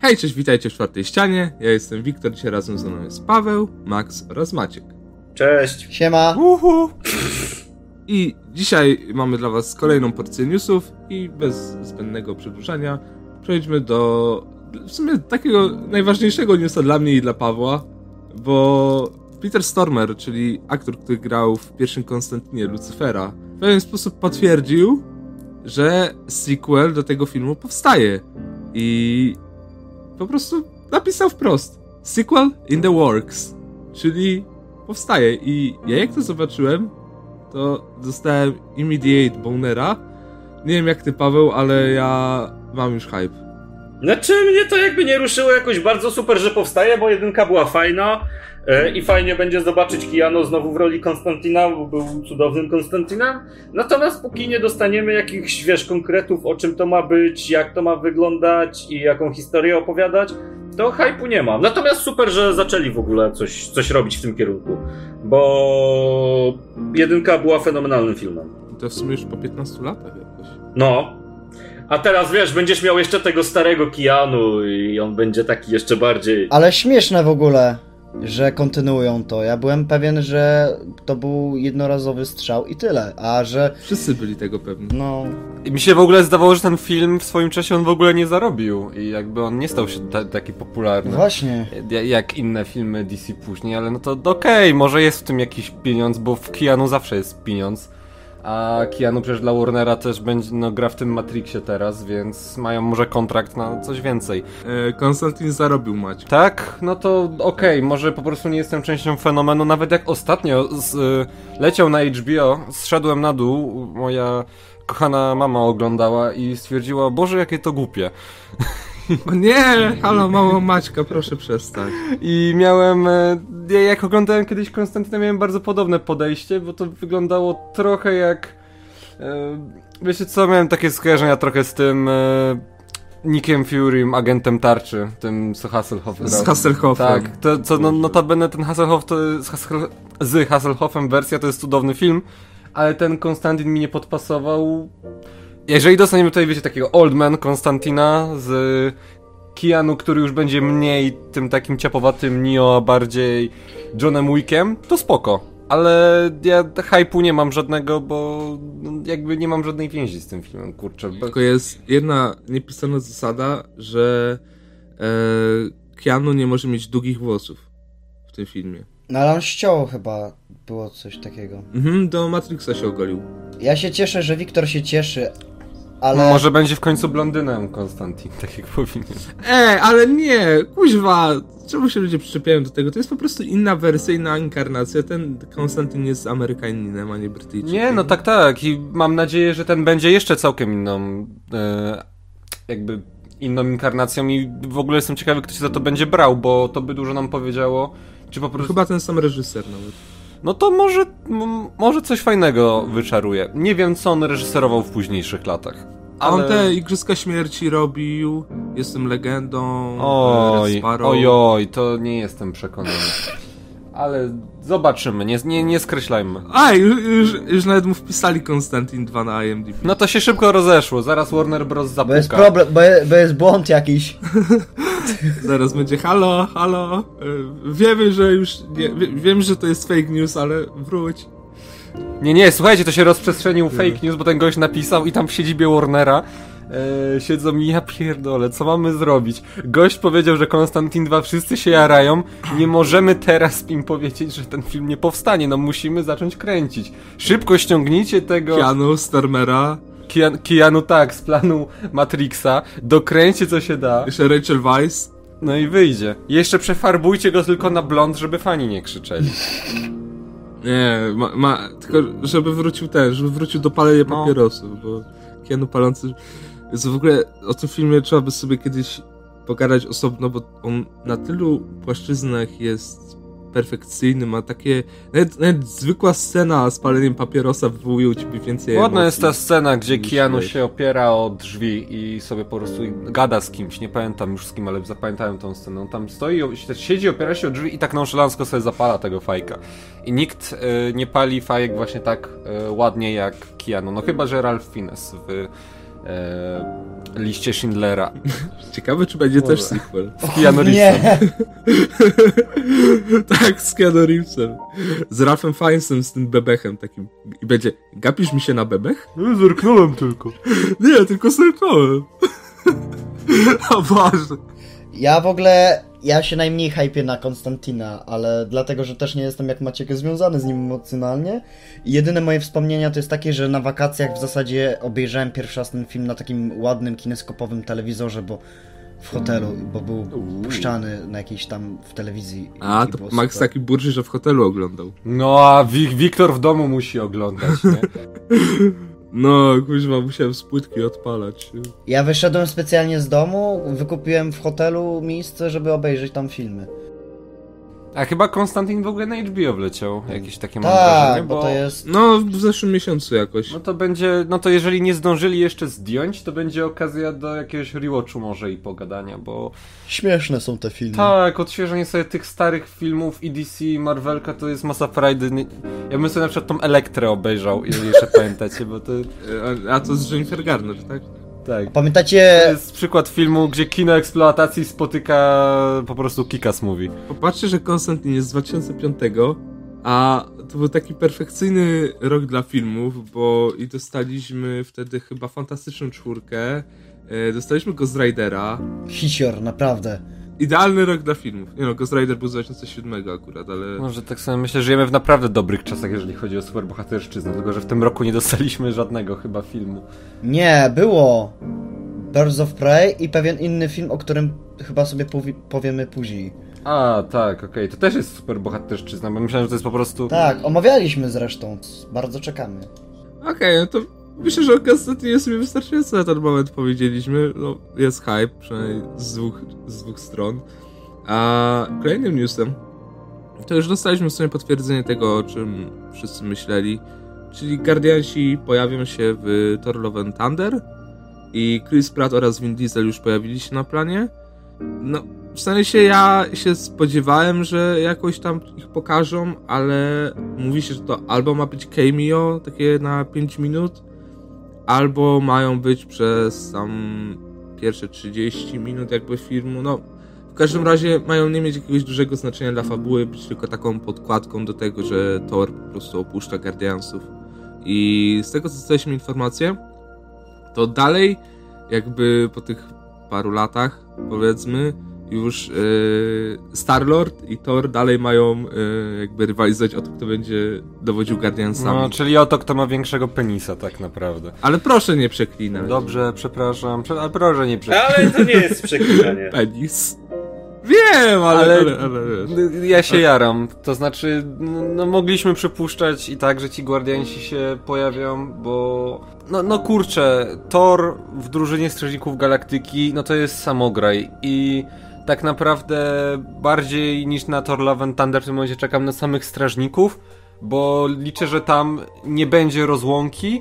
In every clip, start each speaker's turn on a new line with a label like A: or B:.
A: Hej, cześć, witajcie w czwartej ścianie. Ja jestem Wiktor, dzisiaj razem ze mną jest Paweł, Max oraz Maciek.
B: Cześć.
C: Siema.
A: Uhu! I dzisiaj mamy dla was kolejną porcję newsów i bez zbędnego przedłużania przejdźmy do w sumie takiego najważniejszego newsa dla mnie i dla Pawła, bo Peter Stormer, czyli aktor, który grał w pierwszym Konstantinie Lucifera, w pewien sposób potwierdził, że sequel do tego filmu powstaje i po prostu napisał wprost sequel in the works, czyli powstaje i ja jak to zobaczyłem, to dostałem immediate bonera. Nie wiem jak ty Paweł, ale ja mam już hype.
B: Znaczy mnie to jakby nie ruszyło jakoś bardzo super, że powstaje, bo jedynka była fajna e, i fajnie będzie zobaczyć Kiano znowu w roli Konstantina, bo był cudownym Konstantinem. Natomiast póki nie dostaniemy jakichś, wiesz, konkretów o czym to ma być, jak to ma wyglądać i jaką historię opowiadać, to hypu nie mam. Natomiast super, że zaczęli w ogóle coś, coś robić w tym kierunku, bo jedynka była fenomenalnym filmem.
A: I to w sumie już po 15 latach jakoś.
B: No. A teraz wiesz, będziesz miał jeszcze tego starego Kianu i on będzie taki jeszcze bardziej.
C: Ale śmieszne w ogóle, że kontynuują to. Ja byłem pewien, że to był jednorazowy strzał i tyle, a że
A: Wszyscy byli tego pewni.
C: no
D: I mi się w ogóle zdawało, że ten film w swoim czasie on w ogóle nie zarobił i jakby on nie stał się ta, taki popularny.
C: właśnie.
D: Ja- Jak inne filmy DC później, ale no to d- okej, może jest w tym jakiś pieniądz, bo w Keanu zawsze jest pieniądz. A Keanu przecież dla Warnera też będzie, no gra w tym Matrixie teraz, więc mają może kontrakt na coś więcej.
A: E, Konstantin zarobił Maciek.
D: Tak, no to okej, może po prostu nie jestem częścią fenomenu, nawet jak ostatnio z, y, leciał na HBO, zszedłem na dół, moja kochana mama oglądała i stwierdziła, boże jakie to głupie.
A: O nie! Halo, mało Maćka, proszę przestań.
D: I miałem, e, ja jak oglądałem kiedyś Konstantyna, miałem bardzo podobne podejście, bo to wyglądało trochę jak, e, wiecie co, miałem takie skojarzenia trochę z tym e, Nickiem Furym, agentem tarczy, tym co Hasselhoff grał.
A: Z Hasselhoffem.
D: Tak, to, co no, notabene ten Hasselhoff to jest, Hassel, z Hasselhoffem wersja to jest cudowny film, ale ten Konstantin mi nie podpasował. Jeżeli dostaniemy tutaj, wiecie, takiego Oldman Konstantina z Keanu, który już będzie mniej tym takim ciapowatym Neo, a bardziej Johnem Wickiem, to spoko. Ale ja hypu nie mam żadnego, bo no, jakby nie mam żadnej więzi z tym filmem, kurczę. Bo-
A: Tylko jest jedna niepisana zasada, że e, Keanu nie może mieć długich włosów w tym filmie.
C: No ale on ściął chyba, było coś takiego.
A: Mhm, do Matrixa się ogolił.
C: Ja się cieszę, że Wiktor się cieszy, ale
D: No, Może będzie w końcu blondynem Konstantin, tak jak powinien.
A: E, ale nie, kuźwa, czemu się ludzie przyczepiają do tego? To jest po prostu inna wersja, inna inkarnacja. Ten Konstantin jest Amerykaninem, a nie Brytyjczykiem.
D: Nie, no tak, tak. I mam nadzieję, że ten będzie jeszcze całkiem inną, e, jakby inną inkarnacją i w ogóle jestem ciekawy, kto się za to będzie brał, bo to by dużo nam powiedziało, czy po prostu...
A: Chyba ten sam reżyser nawet.
D: No to może, m- może coś fajnego wyczaruje. Nie wiem, co on reżyserował w późniejszych latach.
A: A
D: Ale...
A: on te Igrzyska Śmierci robił, Jestem Legendą, e, Red
D: Oj,
A: Sparrow.
D: ojoj, to nie jestem przekonany. Ale zobaczymy, nie, nie, nie skreślajmy.
A: A, już, już, już nawet mu wpisali Konstantin 2 na IMDb.
D: No to się szybko rozeszło, zaraz Warner Bros.
C: bo jest
D: zapuka.
C: problem, bo, je- bo jest błąd jakiś.
A: Zaraz będzie halo, halo. e, Wiemy, że już. Nie, wie, wiem, że to jest fake news, ale wróć.
D: Nie, nie, słuchajcie, to się rozprzestrzenił fake news, bo ten gość napisał i tam w siedzibie Warnera e, siedzą i ja pierdolę, co mamy zrobić? Gość powiedział, że Konstantin 2 wszyscy się jarają, nie możemy teraz im powiedzieć, że ten film nie powstanie, no musimy zacząć kręcić. Szybko ściągnijcie tego
A: Keanu, Stormera,
D: Kian- Keanu tak z planu Matrixa, dokręćcie co się da,
A: jeszcze Rachel Weisz.
D: no i wyjdzie. Jeszcze przefarbujcie go tylko na blond, żeby fani nie krzyczeli.
A: Nie, ma, ma, tylko żeby wrócił ten, żeby wrócił do palenia
D: No.
A: papierosów, bo Keanu palący... Jest w ogóle o tym filmie trzeba by sobie kiedyś pogadać osobno, bo on na tylu płaszczyznach jest perfekcyjny, ma takie... Nawet, nawet zwykła scena z paleniem papierosa wywołuje u ciebie więcej
D: Ładna
A: emocji.
D: jest ta scena, gdzie
A: niż
D: Keanu
A: wiesz.
D: się opiera o drzwi i sobie po prostu gada z kimś, nie pamiętam już z kim, ale zapamiętałem tą scenę. On tam stoi, o- si- siedzi, opiera się o drzwi i tak nonszalansko sobie zapala tego fajka. I nikt e, nie pali fajek właśnie tak e, ładnie jak Keanu, no chyba, że Ralph Fiennes w e, liście Schindlera.
A: Ciekawe, czy będzie
D: Może.
A: też sequel.
D: Z Keanu Reevesem.
C: Nie!
A: tak, z Keanu Reevesem. Z Ralphem Fiennesem, z tym bebechem takim. I będzie, gapisz mi się na bebech?
D: No, Zerknąłem tylko.
A: Nie, tylko serknąłem. A ważne.
C: Ja w ogóle, ja się najmniej hypię na Konstantina, ale dlatego, że też nie jestem jak Maciek związany z nim emocjonalnie. I Jedyne moje wspomnienia to jest takie, że na wakacjach w zasadzie obejrzałem pierwszy raz ten film na takim ładnym kineskopowym telewizorze, bo w hotelu, bo był puszczany na jakiejś tam w telewizji.
A: A,
C: I
A: to
C: było
A: Max tak-
C: super.
A: taki burczy, że w hotelu oglądał.
D: No, a Wik- Wiktor w domu musi oglądać, nie?
A: No, kuźwa, musiałem z płytki odpalać.
C: Ja wyszedłem specjalnie z domu, wykupiłem w hotelu miejsce, żeby obejrzeć tam filmy.
D: A chyba Konstantin w ogóle na HBO wleciał. Jakieś takie mam wrażenie,
C: Tak,
D: bo...
C: bo to jest...
A: No, w zeszłym miesiącu jakoś.
D: No to będzie, no to jeżeli nie zdążyli jeszcze zdjąć, to będzie okazja do jakiegoś rewatchu może i pogadania, bo
C: Śmieszne są te filmy.
D: tak, odświeżenie sobie tych starych filmów i DC, i Marvelka to jest masa frajdy. Nie- Ja bym sobie na przykład tą Elektrę obejrzał, jeżeli jeszcze pamiętacie, bo to
A: E, A, a to z Jennifer Garner, tak?
D: tak.
C: Pamiętacie...
D: To jest przykład filmu, gdzie kino eksploatacji spotyka po prostu Kikas mówi.
A: Popatrzcie, że Konstantin jest z 2005, a to był taki perfekcyjny rok dla filmów, bo i dostaliśmy wtedy chyba fantastyczną czwórkę, e, dostaliśmy Ghost Ridera.
C: Hicior, naprawdę.
A: Idealny rok dla filmów. Nie no, Ghost Rider był z 2007 akurat, ale...
D: Może tak sobie myślę, żyjemy w naprawdę dobrych czasach, jeżeli chodzi o superbohaterszczyznę, tylko że w tym roku nie dostaliśmy żadnego chyba filmu.
C: Nie, było Birds of Prey i pewien inny film, o którym chyba sobie powi- powiemy później.
D: A, tak, okej, to też jest superbohaterszczyzna, bo myślałem, że to jest po prostu...
C: Tak, omawialiśmy zresztą. Bardzo czekamy.
A: Okej, no to myślę, że o Konstantinie sobie wystarczająco na ten moment powiedzieliśmy. No, jest hype, przynajmniej z dwóch, z dwych stron. A kolejnym newsem to już dostaliśmy w sumie potwierdzenie tego, o czym wszyscy myśleli. Czyli Guardiansi pojawią się w Thor Love and Thunder i Chris Pratt oraz Vin Diesel już pojawili się na planie. No, w sensie ja się spodziewałem, że jakoś tam ich pokażą, ale mówi się, że to albo ma być cameo, takie na 5 minut, albo mają być przez tam pierwsze 30 minut jakby filmu, no w każdym razie mają nie mieć jakiegoś dużego znaczenia dla fabuły, być tylko taką podkładką do tego, że Thor po prostu opuszcza Guardiansów. I z tego co dostaliśmy informację, to dalej jakby po tych paru latach powiedzmy już yy, Star-Lord i Thor dalej mają yy, jakby rywalizować o to, kto będzie dowodził Guardiansami.
D: No, czyli o to, kto ma większego penisa tak naprawdę.
A: Ale proszę nie przeklinać.
D: Dobrze, przepraszam, prze... ale proszę nie prze...
B: Ale to nie jest przeklinanie.
A: Penis. Wiem, ale, ale,
D: Ale-
A: ale, wiesz.
D: Ja się jaram, to znaczy, no, no mogliśmy przypuszczać i tak, że ci Guardiansi się pojawią, bo... No, no kurczę, Thor w drużynie Strażników Galaktyki, no to jest samograj i tak naprawdę bardziej niż na Thor Love and Thunder w tym momencie czekam na samych Strażników, bo liczę, że tam nie będzie rozłąki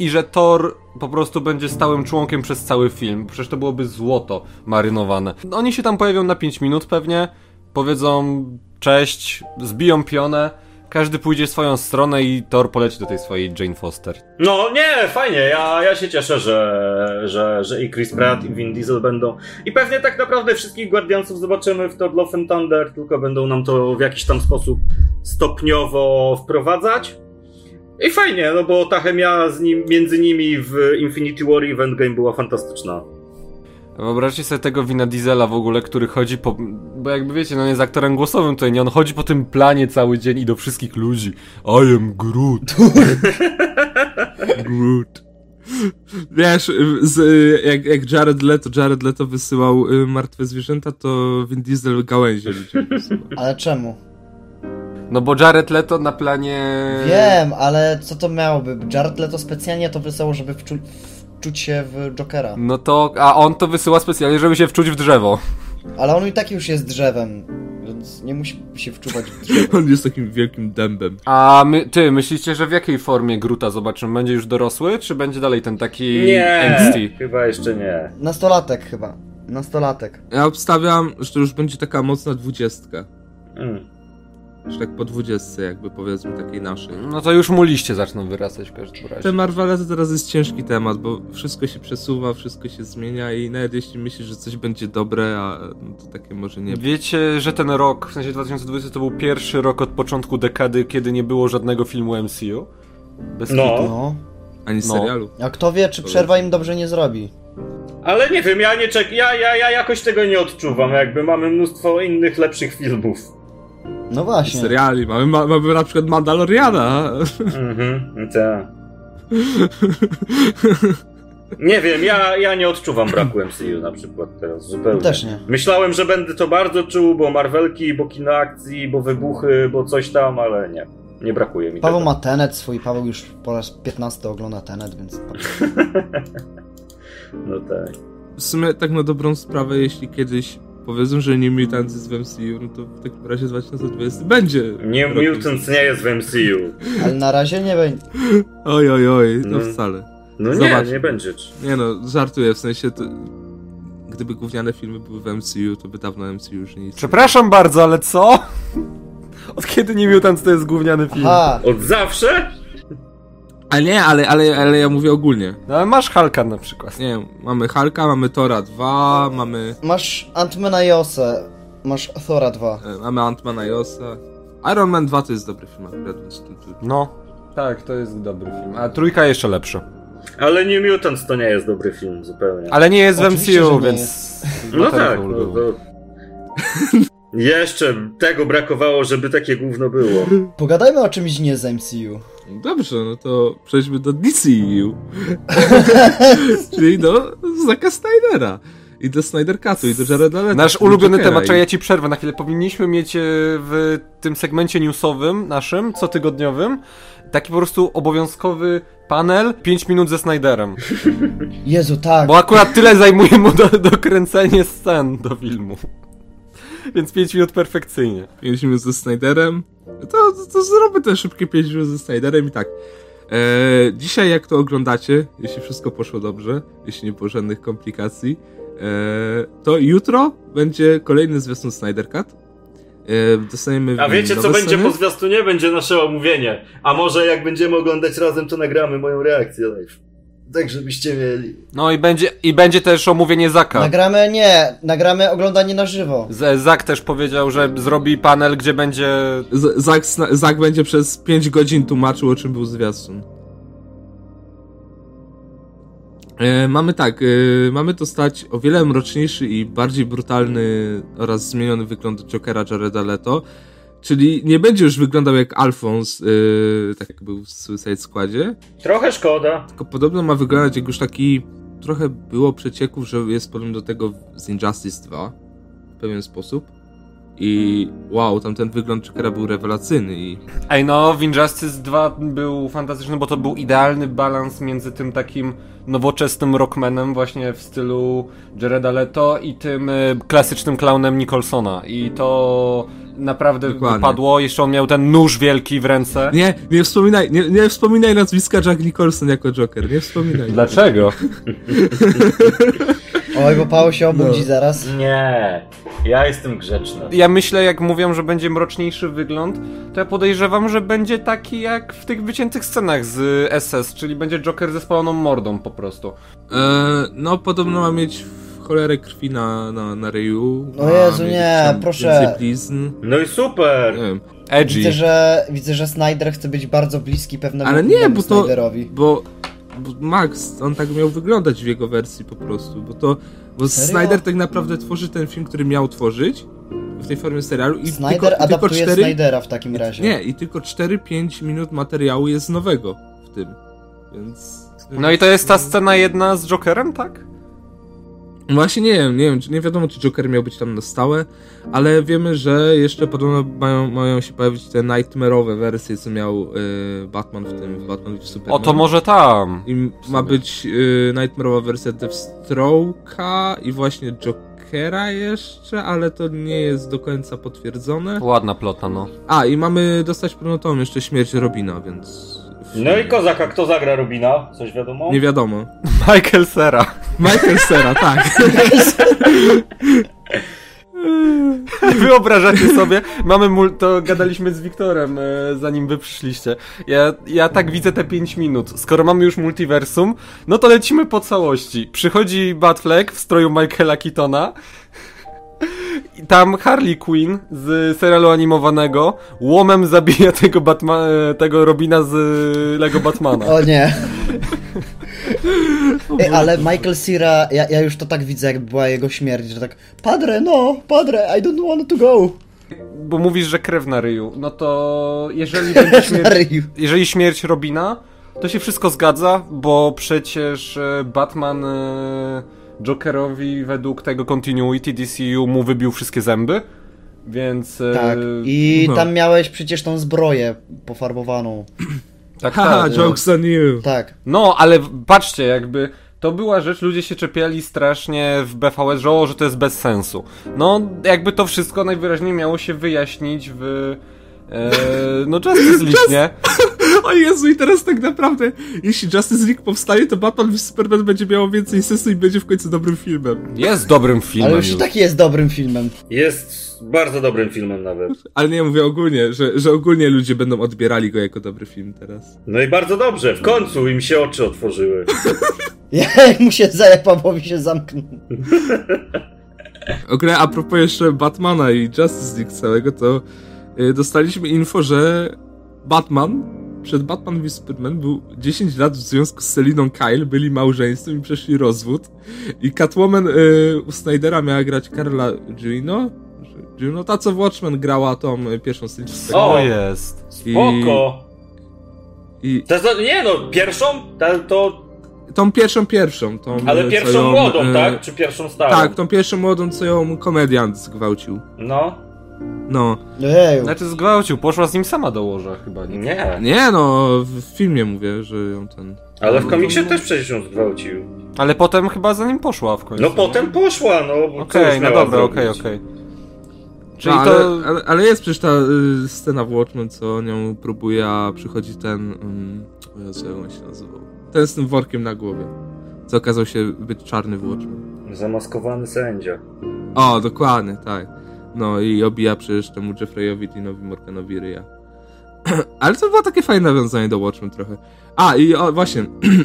D: i że Thor po prostu będzie stałym członkiem przez cały film. Przecież to byłoby złoto marynowane. Oni się tam pojawią na 5 minut pewnie, powiedzą cześć, zbiją pionę, każdy pójdzie swoją stronę i Thor poleci do tej swojej Jane Foster.
B: No nie, fajnie, ja, ja się cieszę, że, że, że i Chris Pratt i Vin Diesel będą. I pewnie tak naprawdę wszystkich Guardiansów zobaczymy w Thor Love and Thunder, tylko będą nam to w jakiś tam sposób stopniowo wprowadzać. I fajnie, no bo ta chemia z nim, między nimi w Infinity War i w Endgame była fantastyczna.
D: Wyobraźcie sobie tego Wina Diesela w ogóle, który chodzi po... Bo jakby wiecie, no on jest aktorem głosowym tutaj, nie? On chodzi po tym planie cały dzień i do wszystkich ludzi. I am Groot.
A: Groot. Wiesz, z, jak, jak Jared Leto, Jared Leto wysyłał y, martwe zwierzęta, to Vin Diesel gałęzie ludziom wysyłał.
C: Ale czemu?
D: No bo Jared Leto na planie...
C: Wiem, ale co to miałoby? Jared Leto specjalnie to wysyłał, żeby wczu- wczuć się w Jokera.
D: No to... A on to wysyła specjalnie, żeby się wczuć w drzewo.
C: Ale on i tak już jest drzewem, więc nie musi się wczuwać w drzewo.
A: On jest takim wielkim dębem.
D: A my, ty, myślicie, że w jakiej formie Gruta zobaczymy? Będzie już dorosły, czy będzie dalej ten taki angsty?
B: Nie, chyba jeszcze nie.
C: Nastolatek chyba. Nastolatek.
A: Ja obstawiam, że to już będzie taka mocna dwudziestka.
B: Mm.
A: Już tak po dwudziestce jakby powiedzmy takiej naszej.
D: No to już mu liście zaczną wyrastać w każdym razie.
A: Temat Waleza teraz jest ciężki temat, bo wszystko się przesuwa, wszystko się zmienia i nawet jeśli myślisz, że coś będzie dobre, a no to takie może nie być.
D: Wiecie, że ten rok, w sensie 2020 to był pierwszy rok od początku dekady, kiedy nie było żadnego filmu MCU? Bez
B: No.
D: kitu.
C: No.
A: Ani
D: No.
A: serialu.
C: A kto wie, czy przerwa im dobrze nie zrobi.
B: Ale nie wiem, ja nie czek... Ja, ja, ja jakoś tego nie odczuwam, jakby mamy mnóstwo innych, lepszych filmów.
C: No właśnie.
A: Seriali. Mamy, ma, mamy na przykład Mandaloriana.
B: Mhm, tak. Nie wiem, ja, ja nie odczuwam braku MCU na przykład teraz, zupełnie.
C: Też nie.
B: Myślałem, że będę to bardzo czuł, bo Marvelki, bo kino akcji, bo wybuchy, bo coś tam, ale nie. Nie brakuje mi
C: Paweł
B: tego.
C: ma tenet swój, Paweł już po raz 15 ogląda tenet, więc.
B: No tak.
A: W sumie tak na dobrą sprawę, jeśli kiedyś powiedzą, że New Mutants jest w MCU, no to w takim razie 2020 będzie.
B: New
A: rokiem.
B: Mutants nie jest w MCU.
C: Ale na razie nie będzie.
A: Oj, oj, oj, no
B: No.
A: wcale.
B: No nie,
A: Zobacz.
B: nie będzie. czy-
A: Nie no, żartuję, w sensie to... Gdyby gówniane filmy były w MCU, to by dawno MCU już nie istniało.
D: Przepraszam bardzo, ale co? Od kiedy nie Mutants to jest gówniany film?
C: Aha!
B: Od zawsze?
A: Ale nie, ale, ale, ale ja mówię ogólnie.
D: No ale masz Halka na przykład.
A: Nie wiem, mamy Hulka, mamy Tora 2, mamy,
C: Masz Antmana i Osę. Masz Thora 2.
A: e, mamy Ant-Mana i Osa. Iron Man 2 to jest dobry film akurat, więc tu, tu.
D: No. Tak, to jest dobry film. A trójka jeszcze lepsza.
B: Ale New Mutants to nie jest dobry film zupełnie.
D: Ale nie jest
C: Oczywiście,
D: w
C: że
D: MCU,
C: nie
D: więc...
B: No
D: dlatego
B: tak. No,
D: ulgowo.
B: to... Jeszcze tego brakowało, żeby takie gówno było.
C: Pogadajmy o czymś nie z MCU.
A: Dobrze, no to przejdźmy do DCU. Czyli do Zaka Snydera. I do Snyder Cutu, i do Jareda Leto.
D: Nasz ulubiony temat, czekaj, ja ci przerwę na chwilę. Powinniśmy mieć e, w tym segmencie newsowym naszym, cotygodniowym, taki po prostu obowiązkowy panel 5 minut ze Snyderem.
C: Jezu, tak.
D: Bo akurat tyle zajmuje mu do, dokręcenie scen do filmu. Więc 5 minut perfekcyjnie.
A: Mieliśmy ze Snyderem. To, to, to zrobię te szybkie 5 minut ze Snyderem i tak. E, dzisiaj jak to oglądacie, jeśli wszystko poszło dobrze, jeśli nie było żadnych komplikacji, e, to jutro będzie kolejny zwiastun Snyder Cut. E, dostaniemy
B: A wiecie, co
A: nowe
B: będzie
A: sceny.
B: po zwiastunie? Będzie nasze omówienie. A może jak będziemy oglądać razem, to nagramy moją reakcję live. Tak, żebyście mieli.
D: No i będzie, i będzie też omówienie
A: Tak.
D: Zaka.
C: Nagramy, nie, nagramy oglądanie na żywo.
D: Z- Zak też powiedział, że zrobi panel, gdzie będzie.
A: Z- Zak, Sna- Zak będzie przez 5 godzin tłumaczył, o czym był zwiastun. E, mamy tak, e, mamy dostać o wiele mroczniejszy i bardziej brutalny oraz zmieniony wygląd Jokera Jareda Leto, czyli nie będzie już wyglądał jak Alphonse, e, tak jak był w Suicide Squadzie,
B: Trochę szkoda.
A: tylko podobno ma wyglądać jak już taki, trochę było przecieków, że jest podobny do tego z Injustice 2 w pewien sposób. I wow, tamten wygląd Jokera był rewelacyjny i
D: Ej, no, w Injustice 2 był fantastyczny, bo to był idealny balans między tym takim nowoczesnym rockmanem, właśnie w stylu Jareda Leto, i tym y, klasycznym clownem Nicholsona. I to naprawdę
A: Dokładnie.
D: wypadło. Jeszcze on miał ten nóż wielki w ręce.
A: Nie, nie wspominaj, nie, nie wspominaj nazwiska Jack Nicholson jako Joker, nie wspominaj.
D: Dlaczego?
C: Oj, bo Paweł się
B: No.
C: obudzi zaraz.
B: Nie, ja jestem grzeczny.
D: Ja myślę, jak mówią, że będzie mroczniejszy wygląd, to ja podejrzewam, że będzie taki jak w tych wyciętych scenach z SS, czyli będzie Joker ze spaloną mordą po prostu.
A: E, no, podobno ma mieć w cholerę krwi na, na, na ryju.
C: O
A: ma
C: No Jezu,
A: mieć
C: nie,
A: tam
C: proszę.
A: Więcej blizn.
B: No i super.
A: Nie wiem,
D: Edgy.
C: Widzę, że, widzę, że Snyder chce być bardzo bliski pewnemu
A: Ale nie,
C: innemu
A: bo to-
C: Snyderowi.
A: bo, bo Max, on tak miał wyglądać w jego wersji po prostu, bo to, bo
C: Serio?
A: Snyder tak naprawdę tworzy ten film, który miał tworzyć w tej formie serialu i
C: Snyder
A: tylko, i tylko
C: adaptuje
A: cztery,
C: Snydera w takim razie.
A: nie, i tylko 4-5 minut materiału jest nowego w tym, więc...
D: No i to jest ta scena jedna z Jokerem, tak?
A: No Właśnie nie wiem, nie wiem, czy- nie wiadomo czy Joker miał być tam na stałe, ale wiemy, że jeszcze podobno mają, mają się pojawić te nightmare'owe wersje, co miał y, Batman w tym, w Batman w
D: O
A: Superman.
D: to może tam.
A: I m- ma być y, nightmare'owa wersja Deathstroke'a i właśnie Jokera jeszcze, ale to nie jest do końca potwierdzone.
D: Ładna plota, no.
A: A, i mamy dostać ponadto jeszcze śmierć Robina, więc...
B: No i Kozaka, kto zagra Rubina? Coś wiadomo?
A: Nie wiadomo.
D: Michael Sera.
A: Michael Cera, tak.
D: wyobrażacie sobie? Mamy mul- to gadaliśmy z Wiktorem, e, zanim wy przyszliście. Ja, ja tak widzę te 5 minut. Skoro mamy już multiversum, no to lecimy po całości. Przychodzi Batfleck w stroju Michaela Keatona. I tam Harley Quinn z serialu animowanego łomem zabija tego Batma- e, tego Robina z e, Lego Batmana.
C: O nie. Ej, ale Michael Cera, ja, ja już to tak widzę, jak była jego śmierć, że tak Padre, no, padre, I don't want to go.
D: Bo mówisz, że krew na ryju. No to jeżeli będzie
C: Na
D: śmierć,
C: ryju.
D: jeżeli śmierć Robina, to się wszystko zgadza, bo przecież e, Batman e, Jokerowi według tego continuity DCU mu wybił wszystkie zęby. Więc e,
C: Tak, i
A: no.
C: tam miałeś przecież tą zbroję pofarbowaną.
D: tak,
A: Haha,
D: tak, no.
A: jokes on you.
C: Tak.
D: No, ale patrzcie, jakby to była rzecz, ludzie się czepiali strasznie w BVS, że, o, że to jest bez sensu. No, jakby to wszystko najwyraźniej miało się wyjaśnić w e, no Justice League, nie?
A: O Jezu, i teraz tak naprawdę, jeśli Justice League powstanie, to Batman vs Superman będzie miało więcej sensu i będzie w końcu dobrym filmem.
D: Jest dobrym filmem.
C: Ale już i tak jest dobrym filmem.
B: Jest bardzo dobrym filmem nawet.
A: Ale nie mówię ogólnie, że, że ogólnie ludzie będą odbierali go jako dobry film teraz.
B: No i bardzo dobrze, w końcu im się oczy otworzyły.
C: Jak mu się zajebał, bo mi się zamknął.
A: W ogóle a propos jeszcze Batmana i Justice League całego, to y, dostaliśmy info, że Batman przed Batman vs Superman był 10 lat w związku z Seliną Kyle, byli małżeństwem i przeszli rozwód. I Catwoman y, u Snydera miała grać Carla Gino, Gino, ta co w Watchmen grała tą y, pierwszą stylistę.
D: O,
B: O,
D: jest.
B: Spoko!
A: I
B: To, to, nie no, pierwszą? Ta, to,
A: tą pierwszą pierwszą, tą
B: ale
A: e,
B: pierwszą
A: co ją,
B: młodą,
A: e,
B: tak? Czy pierwszą starą?
A: Tak, tą pierwszą młodą, co ją komediant zgwałcił.
B: No,
A: No,
C: Eju.
D: Znaczy zgwałcił, poszła z nim sama do łoża chyba, nie?
B: nie.
A: nie no, w filmie mówię, że ją ten...
B: Ale w komiksie też przecież ją zgwałcił.
D: Ale potem chyba za nim poszła w końcu.
B: No potem poszła, no. bo co
D: Okej,
B: już
D: no
B: miała
D: dobra,
B: zrobić?
D: okej, okej. Czyli
A: no,
D: to...
A: ale, ale, ale jest przecież ta y, scena w Watchmen, co nią próbuje, a przychodzi ten... Um, o Jezu, jak on się nazywał? Ten z tym workiem na głowie, co okazał się być czarny w Watchmen.
B: Zamaskowany sędzia.
A: O, dokładnie, tak. No i obija przecież temu Jeffreyowi Deanowi Morganowi ryja. Ale to było takie fajne nawiązanie do Watchmen trochę. A, i o, właśnie,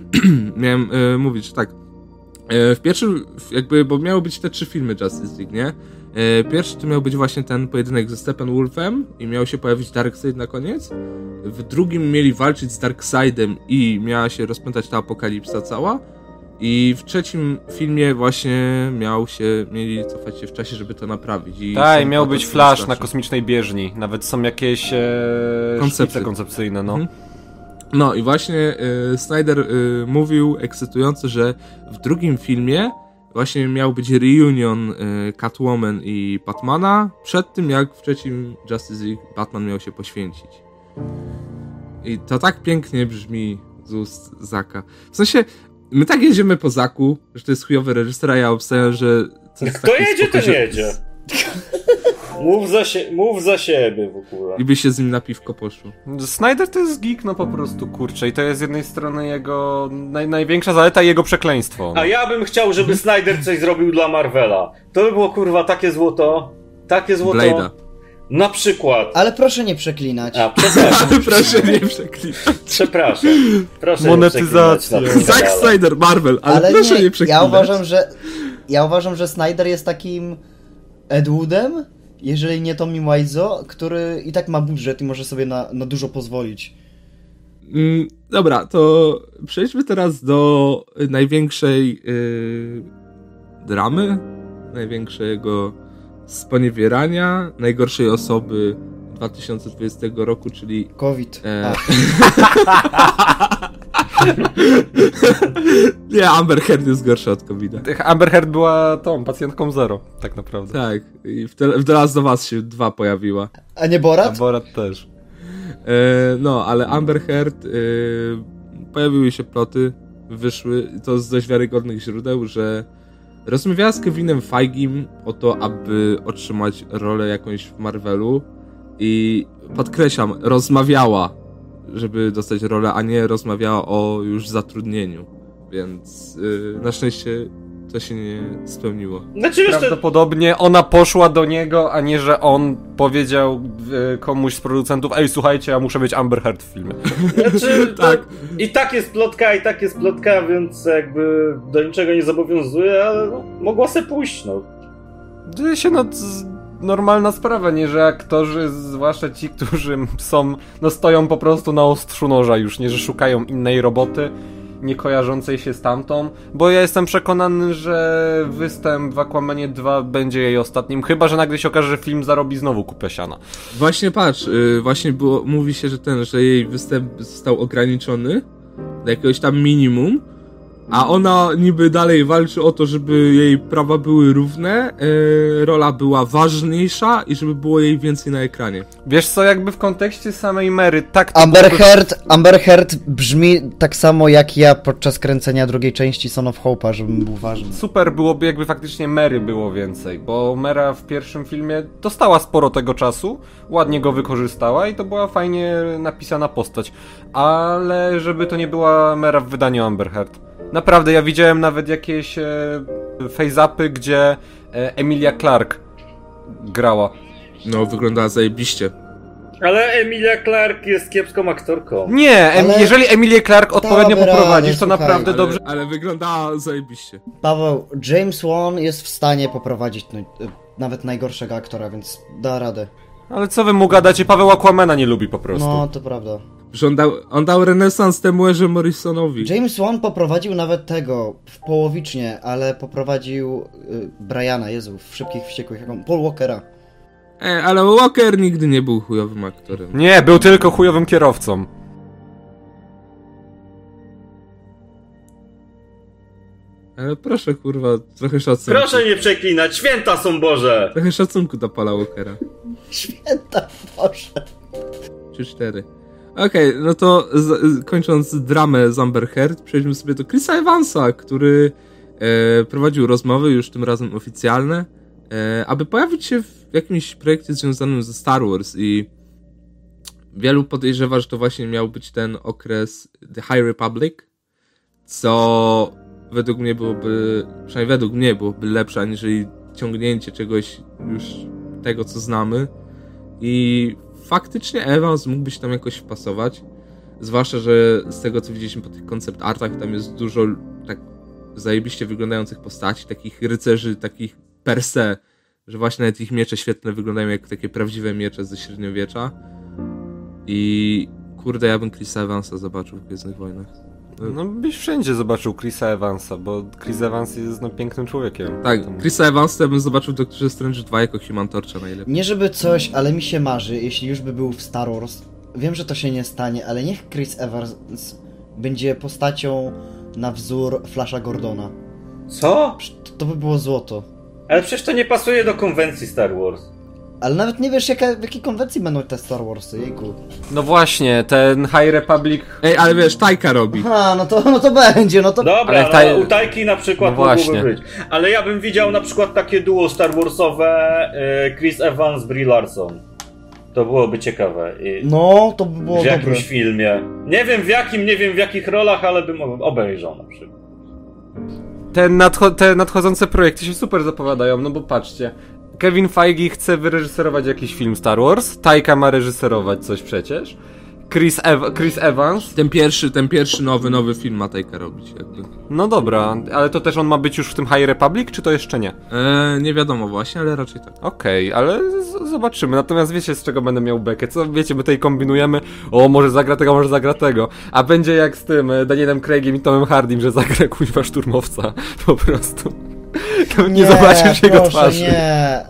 A: miałem e, mówić, że tak. E, w pierwszym, w- jakby, bo miały być te trzy filmy Justice League, nie? E, pierwszy to miał być właśnie ten pojedynek ze Steppenwolfem i miał się pojawić Darkseid na koniec. W drugim mieli walczyć z Darkseidem i miała się rozpętać ta apokalipsa cała. I w trzecim filmie właśnie miał się, mieli cofać się w czasie, żeby to naprawić. I
D: Daj,
A: są
D: Tak, miał
A: potem
D: być Flash na
A: straszne.
D: kosmicznej bieżni. Nawet są jakieś e,
A: Koncepty.
D: szkice koncepcyjne, no.
A: Mhm. No i właśnie y, Snyder y, mówił ekscytująco, że w drugim filmie właśnie miał być reunion y, Catwoman i Batmana przed tym jak w trzecim Justice League Batman miał się poświęcić. I to tak pięknie brzmi z ust Zaka. W sensie, my tak jedziemy po Zaku, że to jest chujowy reżyser, a ja obstawiam, że... To jest
B: Kto
A: taki
B: jedzie,
A: spoko
B: ten
A: zio-
B: jedzie. Mów za, sie- mów za siebie w ogóle.
A: I by się z nim na piwko poszło.
D: Snyder to jest geek, no po prostu, kurczę. I to jest z jednej strony jego... Naj, największa zaleta i jego przekleństwo. no.
B: A ja bym chciał,
A: Mhm.
B: żeby Snyder coś zrobił dla Marvela. To by było kurwa takie złoto. Takie złoto.
A: Blade'a.
B: Na przykład.
C: Ale proszę nie przeklinać.
B: A, przepraszam.
A: Ale proszę nie przeklinać.
B: przepraszam. Proszę nie
D: Monetyzacja.
B: przeklinać na tym
A: Zack
B: kanale.
A: Snyder, Marvel, ale, proszę nie, przeklinać.
C: Ja uważam, że ja uważam, że Snyder jest takim Edwoodem, jeżeli nie Tommy Wiseau, który i tak ma budżet i może sobie na, na dużo pozwolić.
A: Mm, dobra, to przejdźmy teraz do największej yy, dramy, największego sponiewierania, najgorszej osoby 2020 roku, czyli
C: COVID.
A: E.
C: A,
A: nie, Amber Heard jest gorsza od covid
D: Amber Heard była tą, pacjentką zero, tak naprawdę.
A: Tak, i w, tele, w The Last of Us się dwa pojawiła.
C: a
A: Tak.
C: nie
D: A
C: Borat?
D: Borat też.
A: E, no, ale Amber Heard, e, pojawiły się ploty, wyszły, to z dość wiarygodnych źródeł, że rozmawiała z Kevinem Feigim o to, aby otrzymać rolę jakąś w Marvelu i podkreślam, rozmawiała, żeby dostać rolę, a nie rozmawiała o już zatrudnieniu, więc e, na szczęście to się nie spełniło.
B: Znaczy wiesz, to,
D: Prawdopodobnie ona poszła do niego, a nie, że on powiedział e, komuś z producentów, ej, słuchajcie, ja muszę być Amber Heard w filmie.
B: Znaczy,
A: Tak.
B: to I tak jest plotka, i tak jest plotka, więc jakby do niczego nie zobowiązuje, ale no, mogła se pójść, no.
D: Dzieje się no, z- normalna sprawa, nie, że aktorzy, zwłaszcza ci, którzy są, no stoją po prostu na ostrzu noża już, nie, że szukają innej roboty, nie kojarzącej się z tamtą, bo ja jestem przekonany, że występ w Aquamanie 2 będzie jej ostatnim, chyba, że nagle się okaże, że film zarobi znowu kupę siana.
A: Właśnie patrz, y, właśnie było, mówi się, że ten, że jej występ został ograniczony do jakiegoś tam minimum, a ona niby dalej walczy o to, żeby jej prawa były równe, y, rola była ważniejsza i żeby było jej więcej na ekranie.
D: Wiesz co, jakby w kontekście samej Mary, tak to
C: Amber
D: byłoby-
C: Heard, Amber Heard brzmi tak samo jak ja podczas kręcenia drugiej części Son of Hope'a, żebym był ważny.
D: Super byłoby, jakby faktycznie Mary było więcej, bo Mera w pierwszym filmie dostała sporo tego czasu, ładnie go wykorzystała i to była fajnie napisana postać. Ale żeby to nie była Mera w wydaniu Amber Heard. Naprawdę, ja widziałem nawet jakieś e, face-upy, gdzie e, Emilia Clark grała.
A: No, wyglądała zajebiście.
B: Ale Emilia Clark jest kiepską aktorką.
D: Nie, em,
C: Ale-
D: jeżeli Emilię Clark odpowiednio
C: Dobra,
D: poprowadzisz,
C: nie,
D: to
C: słuchaj,
D: naprawdę
A: Ale,
D: dobrze.
A: ale wyglądała zajebiście.
C: Paweł, James Wan jest w stanie poprowadzić no, y, nawet najgorszego aktora, więc da radę.
D: Ale co wy mu gadacie? Paweł Aquamena nie lubi po prostu.
C: No, to prawda.
A: Że on dał, on dał renesans temu Erze Morrisonowi.
C: James Wan poprowadził nawet tego, w połowicznie, ale poprowadził y, Briana, Jezu, w Szybkich Wściekłych, jaką, Paul Walkera.
A: E, ale Walker nigdy nie był chujowym aktorem.
D: Nie, był tylko chujowym kierowcą.
A: Ale E, proszę, kurwa, trochę szacunku.
B: Proszę nie przeklinać, święta są Boże!
A: Trochę szacunku do Paula Walkera.
C: Święta Boże.
A: czy cztery. Okej, no to z, z, kończąc dramę z Amber Heard, przejdźmy sobie do Chrisa Evansa, który e, prowadził rozmowy, już tym razem oficjalne, e, aby pojawić się w jakimś projekcie związanym ze Star Wars i wielu podejrzewa, że to właśnie miał być ten okres The High Republic, co według mnie byłoby, przynajmniej według mnie byłoby lepsze, aniżeli ciągnięcie czegoś już tego, co znamy. I faktycznie Evans mógłby się tam jakoś wpasować. Zwłaszcza, że z tego co widzieliśmy po tych koncept artach, tam jest dużo tak zajebiście wyglądających postaci, takich rycerzy, takich per se, że właśnie nawet ich miecze świetne wyglądają jak takie prawdziwe miecze ze średniowiecza. I kurde, ja bym Chrisa Evansa zobaczył w Gwiezdnych Wojnach.
D: No byś wszędzie zobaczył Chrisa Evansa, bo Chris Evans jest no pięknym człowiekiem.
A: Tak,
D: Tam-
A: Chrisa Evansa bym zobaczył w Doktorze Strange 2 jako Human Torcha najlepiej.
C: Nie żeby coś, ale mi się marzy, jeśli już by był w Star Wars. Wiem, że to się nie stanie, ale niech Chris Evans będzie postacią na wzór Flasha Gordona.
B: Co?
C: Psz, to- To by było złoto.
B: Ale przecież to nie pasuje do konwencji Star Wars.
C: Ale nawet nie wiesz, jaka, w jakiej konwencji będą te Star Warsy, jejku.
D: No właśnie, ten High Republic...
A: Ej, ale wiesz, Tajka robi.
C: Aha, no to, no to będzie, no to...
B: Dobra,
D: Ale
B: ale
D: w taj-
B: u Tajki na przykład
D: No właśnie.
B: mogłoby być. Ale ja bym widział na przykład takie duo Star Warsowe y, Chris Evans, Brie Larson. To byłoby ciekawe. I
C: No, to by było
B: w jakimś
C: dobre.
B: filmie. Nie wiem w jakim, nie wiem w jakich rolach, ale bym obejrzał na przykład.
D: Te, nadcho te nadchodzące projekty się super zapowiadają, no bo patrzcie. Kevin Feige chce wyreżyserować jakiś film Star Wars, Taika ma reżyserować coś przecież, Chris, Ev Chris Evans,
A: Ten pierwszy, ten pierwszy nowy, nowy film ma Tajka robić jakby.
D: no dobra, ale to też on ma być już w tym High Republic, czy to jeszcze nie?
A: E, nie wiadomo właśnie, ale raczej tak.
D: Okej, ale z- zobaczymy. Natomiast wiecie, z czego będę miał bekę. Co wiecie, my tutaj kombinujemy. O, może zagra tego, może zagra tego. A będzie jak z tym e, Danielem Craigiem i Tomem Hardim, że zagra kuźwa szturmowca. Po prostu. To nie, zobaczysz jego
C: proszę,
D: twarzy.
C: Nie.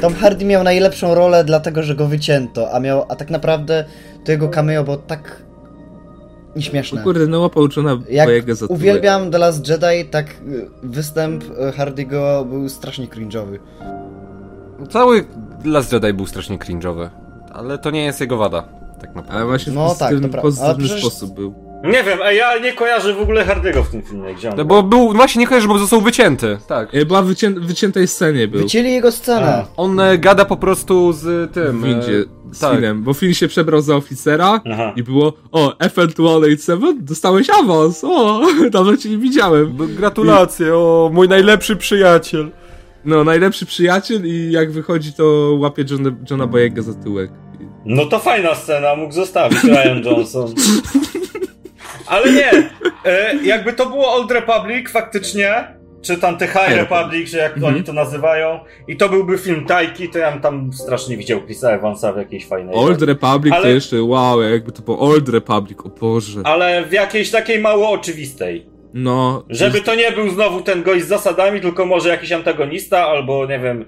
C: Tom Hardy miał najlepszą rolę, dlatego że go wycięto, a miał, a tak naprawdę to jego cameo było tak nieśmieszne.
A: No kurde, no łapa uczona
C: Jak
A: bojega za tyłek.
C: uwielbiam The Last Jedi, tak y, występ y, Hardiego był strasznie cringe'owy.
D: Cały Last Jedi był strasznie cringe'owy. Ale to nie jest jego wada. Tak naprawdę.
A: Ale właśnie w
C: No tak,
A: pozytywny,
C: to pra- ale
A: pozytywny
C: przecież-
A: sposób był.
B: Nie wiem, a ja nie kojarzę w ogóle Hardiego w tym filmie, gdzie on
D: No bo był, właśnie nie kojarzę, bo został wycięty. Tak.
A: E, Była w wycię... wyciętej scenie był.
C: Wycięli jego scenę.
D: On e, gada po prostu z tym.
A: W
D: e,
A: windzie z
D: tak.
A: Finem, bo Fin się przebrał za oficera
B: Aha.
A: i było o, FL287, dostałeś awans, o, dawno cię nie widziałem.
D: B- Gratulacje, o mój najlepszy przyjaciel.
A: No, najlepszy przyjaciel i jak wychodzi, to łapie Johna, Johna Boyega za tyłek.
B: No to fajna scena, mógł zostawić Ryan Johnson. Ale nie, e, jakby to było Old Republic faktycznie, czy tam te High
A: High
B: Republic, czy jak to oni to nazywają, i to byłby film Tajki, to ja bym tam strasznie widział Chrisa Evansa w jakiejś fajnej
A: Old
B: roli.
A: Republic to
B: Ale-
A: jeszcze, wow, jakby to było Old Republic, o Boże.
B: Ale w jakiejś takiej mało oczywistej.
A: No,
B: Żeby to nie był znowu ten gość z zasadami, tylko może jakiś antagonista, albo nie wiem,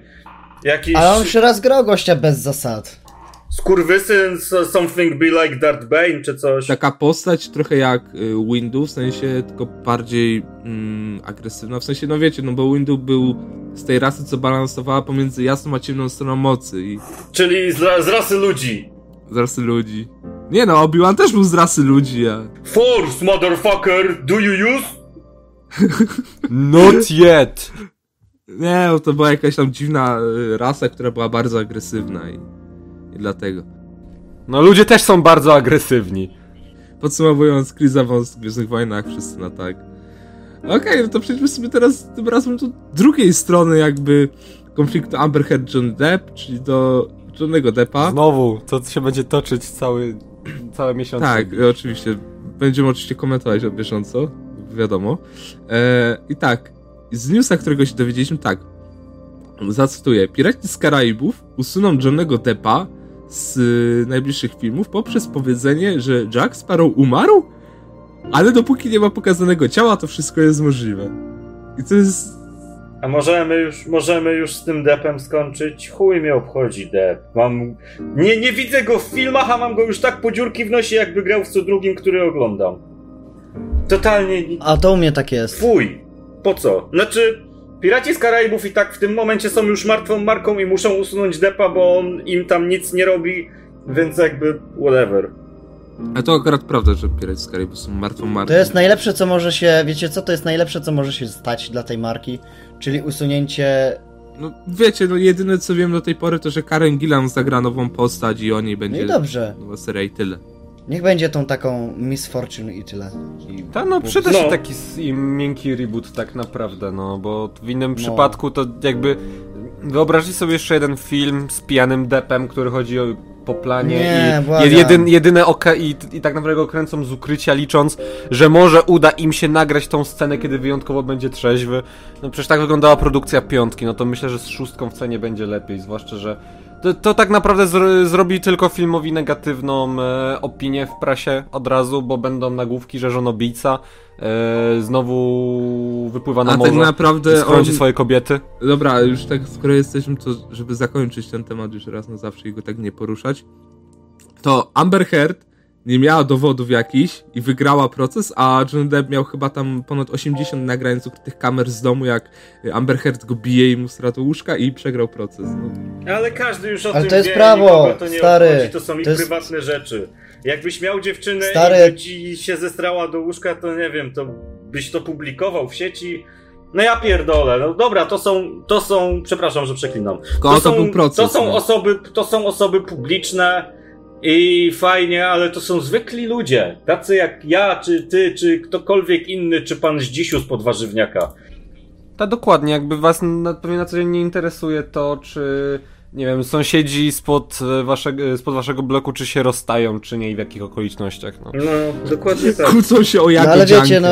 B: jakiś
C: Ale on już raz grał gościa bez zasad.
B: skurwysyn, so- something be like Darth Bane, czy coś.
C: Tak.
A: taka postać trochę jak y, Windu, w sensie tylko bardziej mm, agresywna, w sensie, no wiecie, no bo Windu był z tej rasy, co balansowała pomiędzy jasną a ciemną stroną mocy i
B: Czyli z, ra- z rasy ludzi.
A: z rasy ludzi. Nie no, Obi-Wan też był z rasy ludzi, a...
B: Force, motherfucker, do you use?
D: Not yet.
A: Nie, no to była jakaś tam dziwna y, rasa, która była bardzo agresywna i, i dlatego.
D: No ludzie też są bardzo agresywni.
A: Podsumowując, Chris Evans w Gwiezdnych Wojnach, wszyscy na tak. Okej, no to przejdźmy sobie teraz tym razem do drugiej strony jakby konfliktu Amber Heard John Depp, czyli do Johnnego Deppa.
D: Znowu, to się będzie toczyć cały, całe miesiące.
A: Tak, y, oczywiście. Będziemy oczywiście komentować na bieżąco, wiadomo. E, I tak, z newsa, którego się dowiedzieliśmy, tak. Zacytuję. Piraci z Karaibów usuną Johnnego Deppa z y, najbliższych filmów poprzez powiedzenie, że Jack Sparrow umarł? Ale dopóki nie ma pokazanego ciała, to wszystko jest możliwe. I to jest...
B: A możemy już, możemy już z tym depem skończyć? Chuj mnie obchodzi dep. Mam... Nie, nie widzę go w filmach, a mam go już tak po dziurki w nosie, jakby grał w co drugim, który oglądam. Totalnie... ni-
C: A to u mnie tak jest.
B: Fuj! Po co? Znaczy, Piraci z Karaibów i tak w tym momencie są już martwą marką i muszą usunąć depa, bo on im tam nic nie robi, więc jakby whatever.
A: A to akurat prawda, że Piraci z Karaibów są martwą marką.
C: To jest najlepsze, co może się. Wiecie co? To jest najlepsze, co może się stać dla tej marki. Czyli usunięcie.
A: No wiecie, no jedyne co wiem do tej pory to, że Karen Gillan zagra nową postać i o niej
C: No
A: będzie
C: i dobrze.
A: nowa seria i tyle.
C: Niech będzie tą taką Miss Fortune i tyle. I...
D: Ta, no przyda
B: No.
D: się taki s- im miękki reboot tak naprawdę, no, bo w innym
C: No.
D: przypadku to jakby... Wyobraźcie sobie jeszcze jeden film z pijanym depem, który chodzi o, po planie
C: Nie,
D: i
C: błagam.
D: je- jedyn, jedyne oka i, i tak naprawdę go kręcą z ukrycia, licząc, że może uda im się nagrać tą scenę, kiedy wyjątkowo będzie trzeźwy. No przecież tak wyglądała produkcja piątki, no to myślę, że z szóstką wcale nie będzie lepiej, zwłaszcza, że to, to tak naprawdę zro, zrobi tylko filmowi negatywną e, opinię w prasie od razu, bo będą nagłówki, że żonobijca e, znowu wypływa na
A: A tak
D: morze i
A: naprawdę on...
D: schodzi swoje kobiety.
A: Dobra, już tak skoro jesteśmy, to żeby zakończyć ten temat już raz na zawsze i go tak nie poruszać, to Amber Heard nie miała dowodów jakichś i wygrała proces, a John Depp miał chyba tam ponad 80 nagrań z ukrytych kamer z domu, jak Amber Heard go bije i mu stratu łóżka i przegrał proces. No.
B: Ale każdy już o
C: Ale
B: tym
C: to jest
B: wie,
C: prawo,
B: nikogo to nie
C: stary.
B: obchodzi, to są ich
C: To jest-
B: prywatne rzeczy. Jakbyś miał dziewczynę
C: Stary.
B: i by ci się zestrała do łóżka, to nie wiem, to byś to publikował w sieci. No ja pierdolę, no dobra, to są, to są, przepraszam, że przeklinam.
A: Tylko to, był proces.
B: To są,
A: no.
B: osoby, to są osoby publiczne i fajnie, ale to są zwykli ludzie. Tacy jak ja, czy ty, czy ktokolwiek inny, czy pan Zdzisiu z podwarzywniaka.
D: Tak, dokładnie. Jakby was na, pewnie na co dzień nie interesuje to, czy nie wiem, sąsiedzi spod e, waszego, spod waszego bloku, czy się rozstają, czy nie i w jakich okolicznościach. No.
B: No, dokładnie tak.
A: Kłócą się o
C: No
A: jakie
C: ale wiecie,
A: dzianki.
C: no.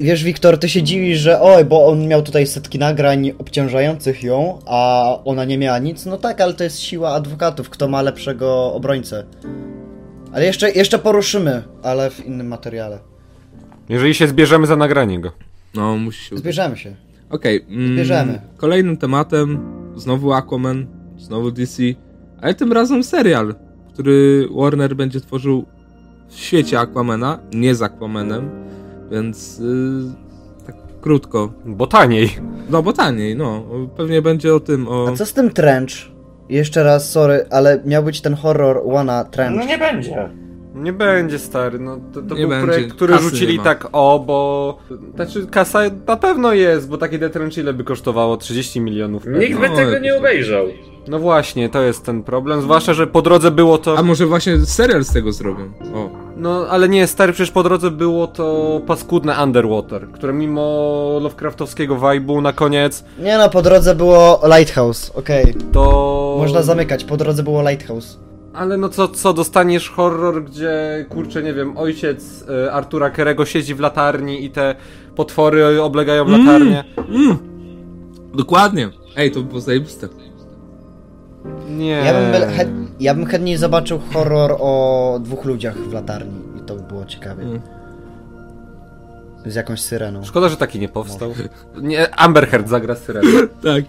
C: Wiesz, Wiktor, ty się dziwisz, że oj, bo on miał tutaj setki nagrań obciążających ją, a ona nie miała nic. No tak, ale to jest siła adwokatów, kto ma lepszego obrońcę. Ale jeszcze, jeszcze poruszymy, ale w innym materiale.
D: Jeżeli się zbierzemy za nagranie go.
A: No, musi się udać.
C: Zbierzemy się.
A: Okej. mm,
C: Zbierzemy.
A: Kolejnym tematem, znowu Aquaman, znowu DC, ale tym razem serial, który Warner będzie tworzył w świecie Aquamana, nie z Aquamanem, więc y, tak krótko.
D: Bo taniej.
A: No bo taniej, no. Pewnie będzie o tym, o...
C: A co z tym trench? Jeszcze raz, sorry, ale miał być ten horror Łana Trench.
A: Tak,
B: No nie będzie.
D: Nie będzie stary, no to, to
A: Nie
D: był
A: będzie.
D: projekt, który
A: Kasy
D: rzucili
A: nie ma.
D: tak o, bo... Znaczy kasa na pewno jest, bo takie Death ile by kosztowało 30 milionów. pewnie.
B: Nikt by
A: No,
B: tego
A: jakoś
B: nie
A: tak.
B: obejrzał.
D: No właśnie, to jest ten problem, zwłaszcza, że po drodze było to...
A: A może właśnie serial z tego zrobią? O.
D: No, ale nie, stary, przecież po drodze było to paskudne Underwater, które mimo Lovecraftowskiego vibe'u na koniec
C: Nie no, po drodze było Lighthouse, okej.
D: to...
C: Można zamykać, po drodze było Lighthouse.
D: Ale no co, co, dostaniesz horror, gdzie, kurczę, nie wiem, ojciec y, Artura Kerego siedzi w latarni i te potwory oblegają latarnię.
A: Mm. Dokładnie. Ej, to by było zajebiste.
D: Nie.
C: Ja bym, bel-
D: Eee.
C: chę- ja bym chętniej zobaczył horror o dwóch ludziach w latarni i to by było ciekawie.
A: Mm.
C: Z jakąś syreną.
D: Szkoda, że taki nie powstał. Nie, Amber Heard zagra syrenę.
A: Tak.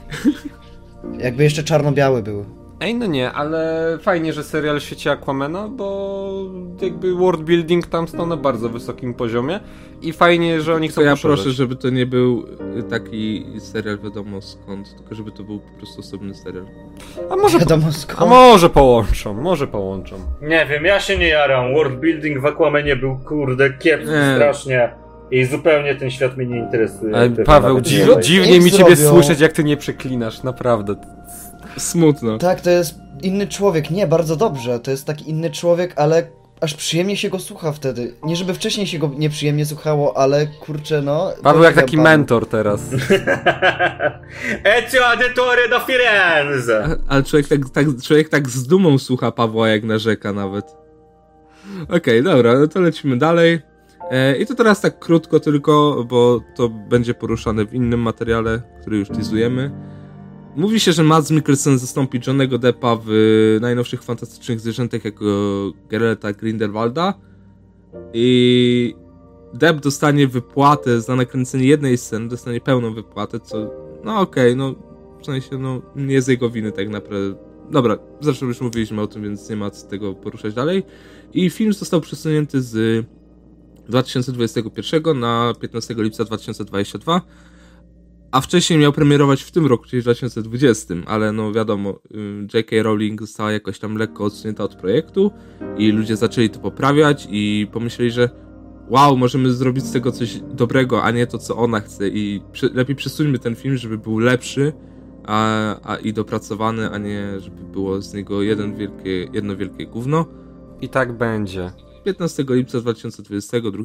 C: Jakby jeszcze czarno-biały był.
D: Ej, no nie, ale fajnie, że serial w świecie Aquamana, bo jakby world building tam stał na bardzo wysokim poziomie i fajnie, że oni chcą
A: To ja
D: poszerzać.
A: proszę, żeby to nie był y, taki serial wiadomo skąd, tylko żeby to był po prostu osobny serial.
D: A może,
C: Wiadomo
D: a
C: skąd.
D: może połączą, może połączą.
B: Nie wiem, ja się nie jaram. World building w Aquamanie był kurde kiepski
A: Nie.
B: strasznie. I zupełnie ten świat mnie nie interesuje.
D: Ale
B: Ty,
D: Paweł,
B: nawet nie
D: dzi
B: wiem.
D: dziwnie mi
C: Jak
D: ciebie
C: zrobią?
D: słyszeć, jak ty nie przeklinasz, naprawdę.
A: Smutno.
C: Tak, to jest inny człowiek. Nie, bardzo dobrze. To jest taki inny człowiek, ale aż przyjemnie się go słucha wtedy. Nie żeby wcześniej się go nieprzyjemnie słuchało, ale kurczę no...
D: Paweł jak taki
C: podziwiam panu.
D: mentor teraz.
B: Ezio Auditore do Firenze!
A: A- Ale człowiek tak, tak, człowiek tak z dumą słucha Pawła, jak narzeka nawet. Okej, dobra, no to lecimy dalej. E, I to teraz tak krótko tylko, bo to będzie poruszane w innym materiale, który już teasujemy. Mówi się, że Mads Mikkelsen zastąpi Johnego Deppa w y, najnowszych fantastycznych zwierzętach jako Geralta Grindelwalda. I Depp dostanie wypłatę za nakręcenie jednej sceny, dostanie pełną wypłatę, co no okej, no w sensie, no, nie z jego winy tak naprawdę. Dobra, zresztą już mówiliśmy o tym, więc nie ma co tego poruszać dalej. I film został przesunięty z 2021 na 15 lipca 2022, a wcześniej miał premierować w tym roku, czyli w 2020, ale no wiadomo, ym, J.K. Rowling została jakoś tam lekko odsunięta od projektu i ludzie zaczęli to poprawiać i pomyśleli, że wow, możemy zrobić z tego coś dobrego, a nie to, co ona chce i przy, lepiej przesuńmy ten film, żeby był lepszy a, a, i dopracowany, a nie żeby było z niego jeden wielkie, jedno wielkie gówno.
D: I tak będzie.
A: 15 lipca 2022,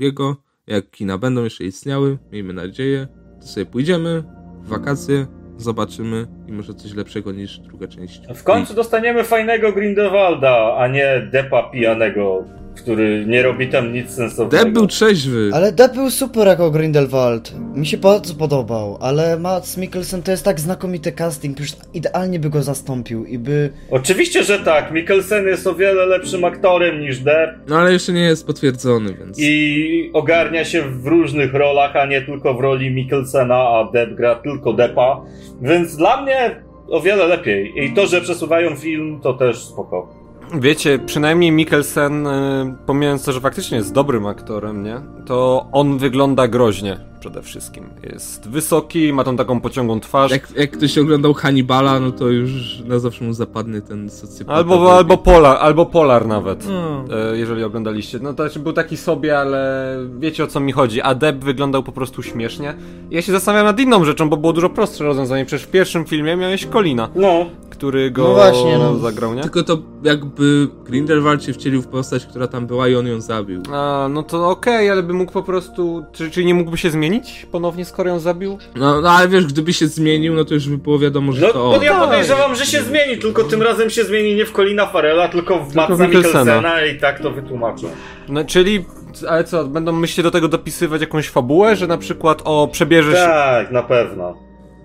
A: jak kina będą jeszcze istniały, miejmy nadzieję, to sobie pójdziemy w wakacje, zobaczymy i może coś lepszego niż druga część.
B: No W końcu dostaniemy fajnego Grindelwalda, a nie Depa pijanego, który nie robi tam nic sensownego.
A: Deb był trzeźwy.
C: Ale Depp był super jako Grindelwald. Mi się bardzo podobał, ale Mads Mikkelsen to jest tak znakomity casting, przecież idealnie by go zastąpił i by...
B: Oczywiście, że tak. Mikkelsen jest o wiele lepszym aktorem niż Depp
A: No ale jeszcze nie jest potwierdzony, więc...
B: i ogarnia się w różnych rolach, a nie tylko w roli Mikkelsena, a Depp gra tylko Deppa. Więc dla mnie o wiele lepiej. I to, że przesuwają film, to też spoko.
D: Wiecie, przynajmniej Mikkelsen, y, pomijając to, że faktycznie jest dobrym aktorem, nie? To on wygląda groźnie przede wszystkim. Jest wysoki, ma tą taką pociągłą twarz.
A: Jak, jak ktoś oglądał Hannibala, no to już na zawsze mu zapadnie ten socjopata.
D: Albo, albo polar, albo polar nawet.
A: No.
D: e, Jeżeli oglądaliście, no to znaczy był taki sobie, ale wiecie o co mi chodzi. A Deb wyglądał po prostu śmiesznie. Ja się zastanawiam nad inną rzeczą, bo było dużo prostsze rozwiązanie. Przecież w pierwszym filmie miałeś Kolina,
B: No,
D: który go
C: No właśnie, no.
D: zagrał, nie?
A: Tylko to jakby Grindelwald się wcielił w postać, która tam była i on ją zabił.
D: A, no to okej, ale by mógł po prostu. Czy, czy nie mógłby się zmienić ponownie, skoro ją zabił?
A: No, no ale wiesz, gdyby się zmienił, no to już by było wiadomo, że
B: No,
A: to on.
B: pod- ja podejrzewam, że się zmieni, tylko tym razem się zmieni nie w Colina Farela, tylko w Matza
D: Mikkelsena.
B: Mikkelsena i tak to wytłumaczą.
D: No czyli. Ale co, będą myśli do tego dopisywać jakąś fabułę, że na przykład o przebierzesz.
B: Tak, na pewno.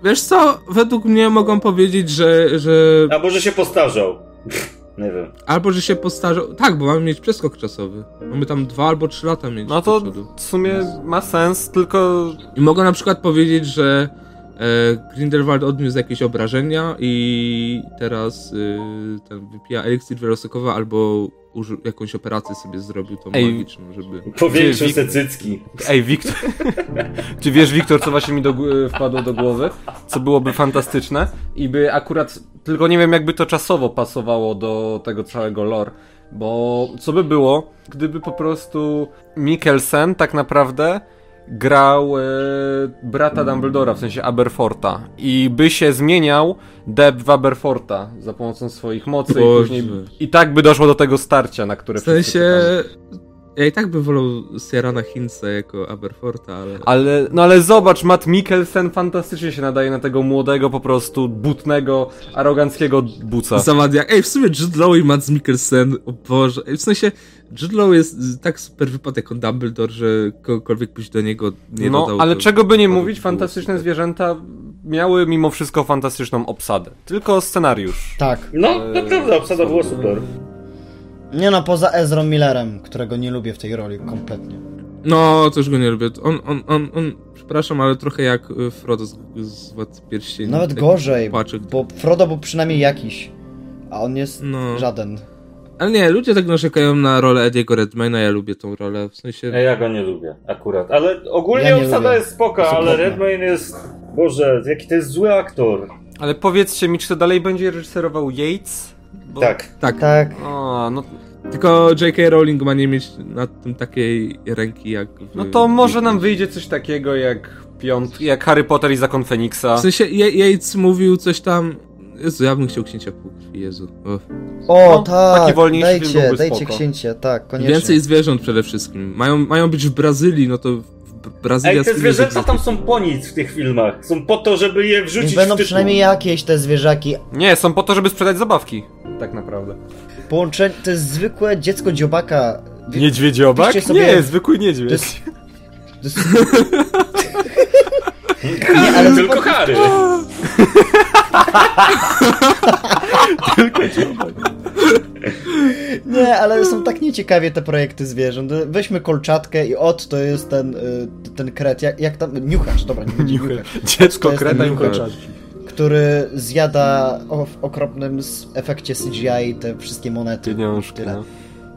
A: Wiesz co, według mnie mogą powiedzieć, że, że
B: Albo że się postarzał. nie wiem.
A: albo że się postarzał. Tak, bo mamy mieć przeskok czasowy. Mamy tam dwa albo trzy lata mieć.
D: No
A: do
D: to
A: przodu.
D: w sumie ma sens, tylko
A: I mogą na przykład powiedzieć, że e, Grindelwald odniósł jakieś obrażenia i teraz y, ten wypija eliksir wielosokowy albo uży, jakąś operację sobie zrobił tą
D: Ej.
A: magiczną, żeby.
B: Powiększył
D: Wik-
B: se cycki.
D: Ej, Wiktor. Czy wiesz, Wiktor, co właśnie mi do, gł- wpadło do głowy? Co byłoby fantastyczne i by akurat. Tylko nie wiem, jakby to czasowo pasowało do tego całego lore. Bo co by było, gdyby po prostu Mikkelsen tak naprawdę grał e, brata Dumbledora, w sensie Aberforta i by się zmieniał Deb w Aberforta za pomocą swoich mocy i
A: Boże.
D: później i tak by doszło do tego starcia, na które
A: W sensie...
D: wszyscy
A: Ja i tak bym wolał Sierrana Hince jako Aberforta, ale...
D: Ale, no ale zobacz, Matt Mikkelsen fantastycznie się nadaje na tego młodego, po prostu butnego, aroganckiego buca.
A: Zawadiak. Ej, w sumie Jude Law i Mads Mikkelsen, o Boże. Ej, w sensie, Jude Law jest y, tak super wypadek on Dumbledore, że kogokolwiek byś do niego nie
D: no,
A: dodał.
D: ale
A: to-
D: czego by nie
A: to
D: mówić,
A: było
D: fantastyczne
A: super.
D: zwierzęta miały mimo wszystko fantastyczną obsadę. Tylko scenariusz.
C: Tak.
B: No, naprawdę, obsada była super.
C: Nie no, poza Ezrą Millerem, którego nie lubię w tej roli kompletnie.
A: No, też go nie lubię. On, on, on, on, przepraszam, ale trochę jak y, Frodo z, z Władcy Pierścieni.
C: Nawet
A: Tak
C: gorzej,
A: Płaczek.
C: bo Frodo był przynajmniej jakiś, a on jest
A: No.
C: żaden.
A: Ale nie, ludzie tak narzekają na rolę Ediego Redmayna, ja lubię tą rolę, w sensie...
B: e, Ja go nie lubię akurat, ale ogólnie
C: Ja nie
B: obsada
C: lubię.
B: jest spoko,
C: Jest
B: ale
C: okropna.
B: Redmayne jest... Boże, jaki to jest zły aktor.
D: Ale powiedzcie mi, czy to dalej będzie reżyserował Yates? Bo...
B: Tak.
A: Tak,
C: Tak.
D: O, no,
A: tylko J.K. Rowling ma nie mieć nad tym takiej ręki jak... w-
D: no to może nam wyjdzie coś takiego jak piąt, jak Harry Potter i Zakon Feniksa.
A: W sensie, Je- Yates mówił coś tam... Jezu, ja bym chciał księcia półkrwi, Jezu. Uff.
C: O,
D: No,
C: tak.
D: taki wolniejszy film
C: dajcie,
D: byłby
C: dajcie
D: spoko.
C: księcia, tak, koniecznie.
A: Więcej zwierząt przede wszystkim. Mają, mają być w Brazylii, no to w B- Brazylia
B: Ej, te
A: słynie,
B: zwierzęta
A: że-
B: tam są po nic w tych filmach. Są po to, żeby je wrzucić
C: Niech
B: w
C: będą
B: tytuł.
C: przynajmniej jakieś te zwierzaki.
D: Nie, są po to, żeby sprzedać zabawki. Tak naprawdę.
C: Połączenie, to jest zwykłe dziecko dziobaka. Wie-
D: Niedźwiedziobak?
C: Piszcie sobie-
D: Nie, zwykły niedźwiedź.
C: To jest- to jest- Nie, ale
B: Tylko Harry.
C: Nie, ale są tak nieciekawie te projekty zwierząt. Weźmy kolczatkę i ot, to jest ten, y, ten kret, jak, jak tam, niuchacz, dobra, nie będzie niuchacz,
D: Dziecko
C: To jest
D: kreta i
C: niuchacz.
D: kurczaki.
C: który zjada o, w okropnym s- efekcie CGI te wszystkie monety.
D: Pieniążki,
C: Tyle.
D: no.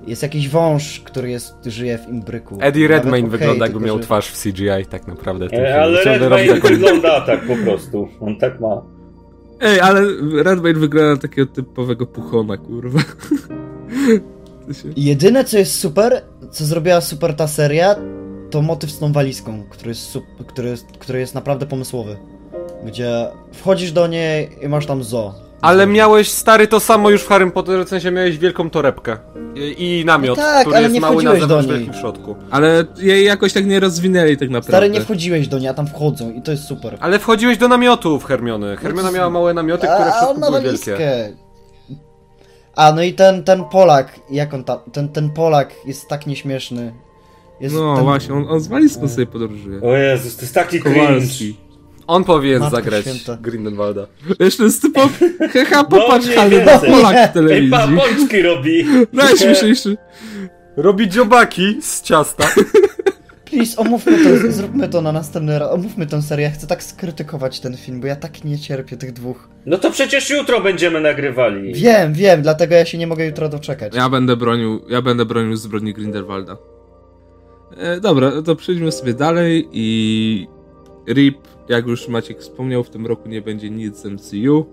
C: Jest jakiś wąż, który jest, żyje w imbryku.
D: Eddie
C: Nawet
D: Redmayne
C: okej,
D: wygląda jakby
C: tylko,
D: miał
C: że-
D: twarz w CGI tak naprawdę. w tym
B: Ej,
D: filmie.
B: E, ale
D: Chciałby robić
B: Redmayne
D: taką-
B: wygląda tak po prostu. On tak ma.
A: Ej, ale Redmayne wygląda na takiego typowego puchona, kurwa. To się-
C: Jedyne, co jest super, co zrobiła super ta seria, to motyw z tą walizką, który jest, sup, który jest, który jest naprawdę pomysłowy. Gdzie wchodzisz do niej i masz tam zoo.
D: Ale miałeś stary to samo już w Harry Potterze, w sensie miałeś wielką torebkę. I, i namiot,
C: No tak,
D: który
C: ale
D: jest
C: nie
D: mały na
C: wchodziłeś do
D: zewnątrz,
C: niej.
D: wielki w środku.
A: Ale jej jakoś tak nie rozwinęli tak naprawdę.
C: Stary, nie wchodziłeś do niej, a tam wchodzą i to jest super.
D: Ale wchodziłeś do namiotów Hermiony. Hermiona miała małe namioty, które w
C: A,
D: środku
C: on ma
D: były wielkie.
C: walizkę. A, no i ten, ten Polak, jak on tam, ten, ten Polak jest tak nieśmieszny. Jest
A: No
C: ten...
A: właśnie, on, on z walizką sobie podróżuje.
B: O Jezus, to jest taki cringe.
A: Kowalski.
D: On powinien
C: Matko
D: zagrać
C: święta.
D: Grindelwalda.
A: Wiesz, to jest typowo... Heha, popatrz,
B: mniej
A: ale
B: No więcej.
A: Polak w
B: Ej, pa,
A: telewizji.
B: pączki robi.
A: Najśmieszniejszy.
D: Robi dziobaki z ciasta.
C: Please, omówmy to, zróbmy to na następny raz, omówmy tę serię. Ja chcę tak skrytykować ten film, bo ja tak nie cierpię tych dwóch.
B: No to przecież jutro będziemy nagrywali.
C: Wiem, wiem, dlatego ja się nie mogę jutro doczekać.
A: Ja będę bronił, ja będę bronił zbrodni Grindelwalda. E, dobra, to przejdźmy sobie dalej i RIP, jak już Maciek wspomniał, w tym roku nie będzie nic z MCU,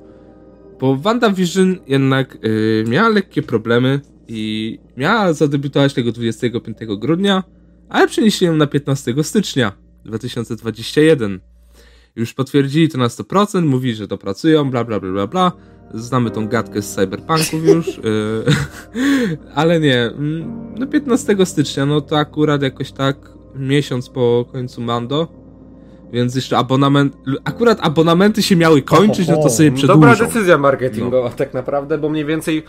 A: bo WandaVision jednak y, miała lekkie problemy i miała zadebiutować tego 25 grudnia, ale przenieśli ją na 15 stycznia 2021. Już potwierdzili to na 100%, mówi, że dopracują, bla bla bla bla bla. Znamy tą gadkę z cyberpunków już, y, ale nie. mm, No 15 stycznia, no to akurat jakoś tak miesiąc po końcu Mando, więc jeszcze abonament, akurat abonamenty się miały kończyć, no to sobie przedłużą.
D: Dobra decyzja marketingowa tak naprawdę, bo mniej więcej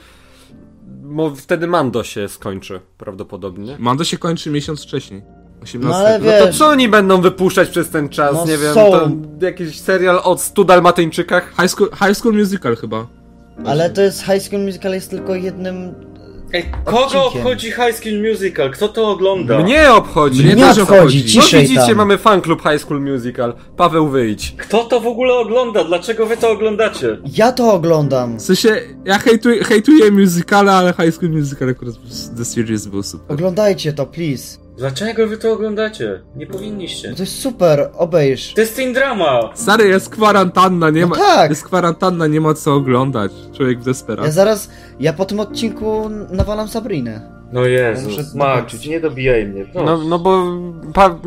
D: bo wtedy Mando się skończy prawdopodobnie.
A: Mando się kończy miesiąc wcześniej. 18.
C: No ale
D: No to
C: Wiesz.
D: co oni będą wypuszczać przez ten czas?
C: No
D: nie wiem,
C: są.
D: to jakiś serial o 100 dalmatyńczykach?
A: High School, High School Musical chyba.
C: Ale to jest High School Musical jest tylko jednym...
B: Ej, kogo
C: Odcinkiem.
B: obchodzi High School Musical? Kto to ogląda?
D: Mnie obchodzi.
A: Mnie
C: Nie
A: też
C: obchodzi,
A: obchodzi.
D: no
C: ciszej
D: widzicie,
C: tam.
D: mamy fanklub High School Musical. Paweł, wyjdź.
B: Kto to w ogóle ogląda? Dlaczego wy to oglądacie?
C: Ja to oglądam.
A: W sensie, ja hejtuję, hejtuję musicale, ale High School Musical akurat The Series był super.
C: Oglądajcie to, please.
B: Dlaczego wy to oglądacie? Nie powinniście.
C: To jest super, obejrz.
B: To jest teen drama!
A: Stary, jest kwarantanna, nie
C: No
A: ma...
C: tak.
A: Jest kwarantanna, nie ma co oglądać. Człowiek w
C: Ja
B: Tak?
A: desperacji.
C: zaraz, ja po tym odcinku nawalam Sabrinę.
B: No
C: Muszę
B: Jezus, Max,
C: dokończyć.
B: nie dobijaj mnie.
D: No, no bo pa,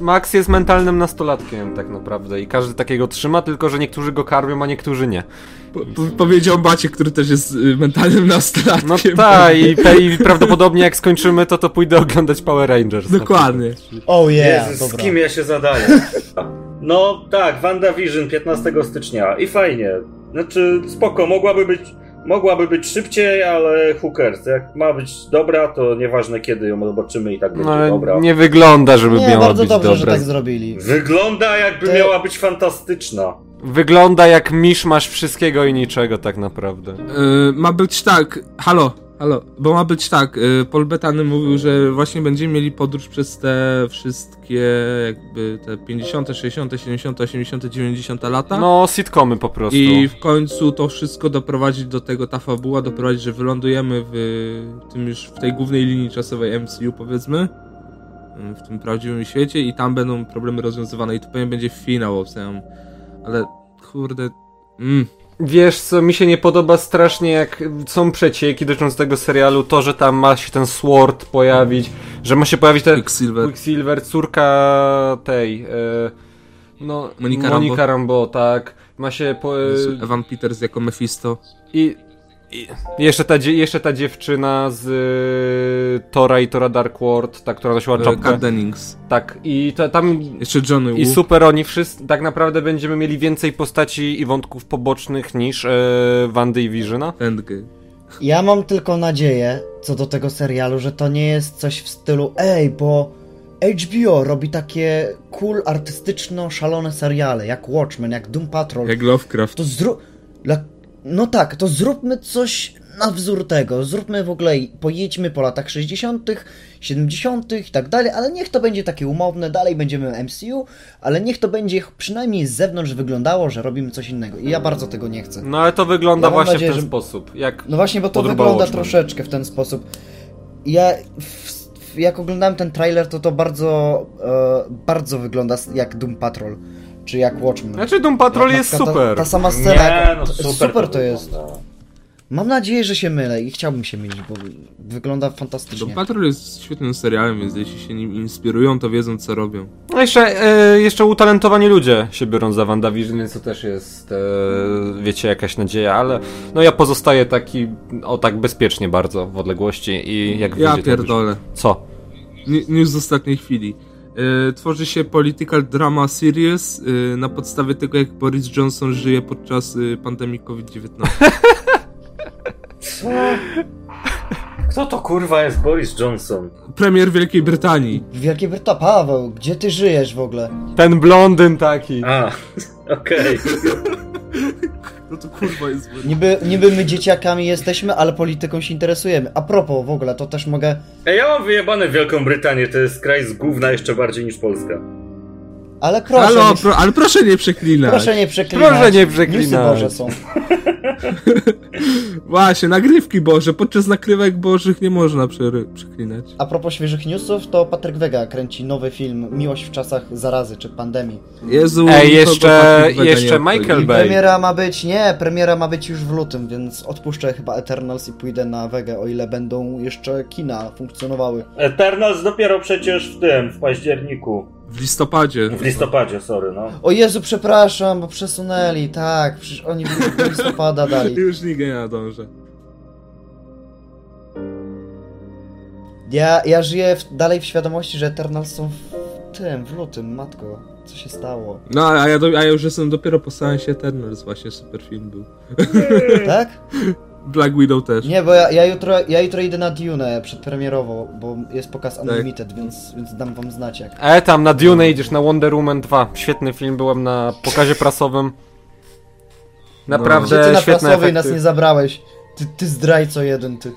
D: Max jest mentalnym nastolatkiem tak naprawdę i każdy takiego trzyma, tylko że niektórzy go karmią, a niektórzy nie.
A: Po, po, powiedział Maciek, który też jest y, mentalnym nastolatkiem.
D: No tak, i, pe- i prawdopodobnie jak skończymy, to to pójdę oglądać Power Rangers.
A: Dokładnie.
C: Oh yeah,
B: Jezus, z
C: dobra.
B: kim ja się zadaję? No tak, WandaVision 15 stycznia i fajnie. Znaczy, spoko, mogłaby być, mogłaby być szybciej, ale hookers, jak ma być dobra, to nieważne kiedy ją zobaczymy i tak będzie
D: No ale
B: dobra.
D: nie wygląda, żeby
C: Nie,
D: miała
C: bardzo
D: być
C: dobrze, że
D: dobra.
C: tak zrobili.
B: Wygląda jakby
C: Te-
B: miała być fantastyczna.
D: Wygląda jak miszmasz wszystkiego i niczego tak naprawdę.
A: Y, ma być tak, halo, halo, bo ma być tak, y, Paul Bettany mówił, że właśnie będziemy mieli podróż przez te wszystkie jakby te 50., 60., 70., 80., 90. lata.
D: No, sitcomy po prostu.
A: I w końcu to wszystko doprowadzić do tego, ta fabuła doprowadzić, że wylądujemy w y, tym już w tej głównej linii czasowej MCU powiedzmy, y, w tym prawdziwym świecie i tam będą problemy rozwiązywane i to pewnie będzie finał, obstawiam. ale kurde, mm,
D: Wiesz co, mi się nie podoba strasznie jak są przecieki dotyczące tego serialu, to, że tam ma się ten Sword pojawić, że ma się pojawić ten
A: Quicksilver.
D: Quicksilver, córka tej, e, no,
A: Monika Rambeau.
D: Monika, Rambo. tak, ma się po, e,
A: Evan Peters jako Mephisto.
D: i, i jeszcze, ta, dzie- jeszcze ta dziewczyna z e, Tora i Tora Dark World, ta, która nosiła
A: E,
D: czapkę,
A: Kat Dennings.
D: tak, i ta, tam
A: Jeszcze Johnny Woo.
D: i super oni wszyscy, tak naprawdę będziemy mieli więcej postaci i wątków pobocznych niż e, Wandy i Visiona.
A: Endgame.
C: Ja mam tylko nadzieję, co do tego serialu, że to nie jest coś w stylu ej, bo HBO robi takie cool, artystyczno, szalone seriale, jak Watchmen, jak Doom Patrol.
A: Jak Lovecraft.
C: To zrób... Dla... No tak, to zróbmy coś na wzór tego. Zróbmy w ogóle, pojedźmy po latach 60., 70. i tak dalej, ale niech to będzie takie umowne, dalej będziemy MCU, ale niech to będzie przynajmniej z zewnątrz wyglądało, że robimy coś innego. I ja bardzo tego nie chcę.
D: No ale to wygląda
C: Ja mam
D: właśnie
C: nadzieję,
D: w ten
C: że-
D: sposób. Jak
C: No właśnie, bo to
D: Podobało
C: wygląda
D: się.
C: troszeczkę w ten sposób. Ja, w, w, jak oglądałem ten trailer, to to bardzo, e, bardzo wygląda s- jak Doom Patrol, czy jak Watchmen.
D: Znaczy Doom Patrol
C: Jak na
D: jest
C: przykład
D: super.
C: No, Ta, ta sama scena,
B: Nie,
C: jak-
B: no
C: to-
B: super,
C: tak, super to jest.
B: wygląda.
C: Mam nadzieję, że się mylę i chciałbym się mylić, bo wygląda
A: Doom
C: fantastycznie.
A: Patrol jest świetnym serialem, więc jeśli się nim inspirują, to wiedzą co robią.
D: No jeszcze, e, jeszcze utalentowani ludzie się biorą za WandaVision, więc to też jest, e, wiecie, jakaś nadzieja, ale no ja pozostaję taki, o tak bezpiecznie bardzo w odległości i jak
A: Ja
D: wyjdzie, to już-
A: pierdolę.
D: Co?
A: Ni- News z ostatniej chwili. E, Tworzy się political drama series e, na podstawie tego, jak Boris Johnson żyje podczas e, pandemii COVID-19.
B: Co? Kto to kurwa jest Boris Johnson?
A: Premier Wielkiej Brytanii.
C: W Wielkiej Brytanii, Paweł, gdzie ty żyjesz w ogóle?
D: Ten blondyn taki.
B: A, okej.
A: No to kurwa jest...
C: Niby, niby my dzieciakami jesteśmy, ale polityką się interesujemy. A propos w ogóle, to też mogę...
B: Ej, Ja mam wyjebane Wielką Brytanię, to jest kraj z gówna jeszcze bardziej niż Polska.
C: Ale proszę,
A: Halo,
C: nie,
A: pro, ale proszę nie przeklinać.
C: proszę nie przeklinać.
D: Proszę nie
C: Newsy
D: przeklinać.
C: Boże są.
A: Właśnie, nagrywki Boże. Podczas nakrywek Bożych nie można przery- przeklinać.
C: A propos świeżych newsów, to Patryk Wega kręci nowy film Miłość w czasach zarazy czy pandemii.
A: Jezu,
D: Ej,
A: nikogo
D: jeszcze-
A: Patryk Wega
D: jeszcze
A: nie obchodzi.
D: Michael
C: I
D: Bay.
C: premiera ma być, nie, premiera ma być już w lutym, więc odpuszczę chyba Eternals i pójdę na Wegę, o ile będą jeszcze kina funkcjonowały.
B: Eternals dopiero przecież w tym, w październiku.
A: W listopadzie.
B: W listopadzie, sorry, no.
C: O Jezu, przepraszam, bo przesunęli, tak, przecież oni do listopada dali.
A: Już nigdy nie nadążę.
C: Ja, ja żyję w, dalej w świadomości, że Eternals są w tym, w lutym, matko, co się stało,
A: No, a ja, do, a ja już jestem dopiero po seansie Eternals, właśnie super film był.
C: tak?
A: Black Widow też.
C: Nie, bo ja, ja, jutro, ja jutro idę na Dune przedpremierowo, bo jest
D: Tak.
C: pokaz Unlimited, więc, więc dam wam znać jak.
D: E, tam na Dune idziesz, na Wonder Woman 2. Świetny film, byłem na pokazie prasowym.
C: Że ty
D: Naprawdę
C: No. na
D: świetne
C: prasowej nas nie
D: efekty.
C: zabrałeś, ty, ty zdrajco jeden, ty.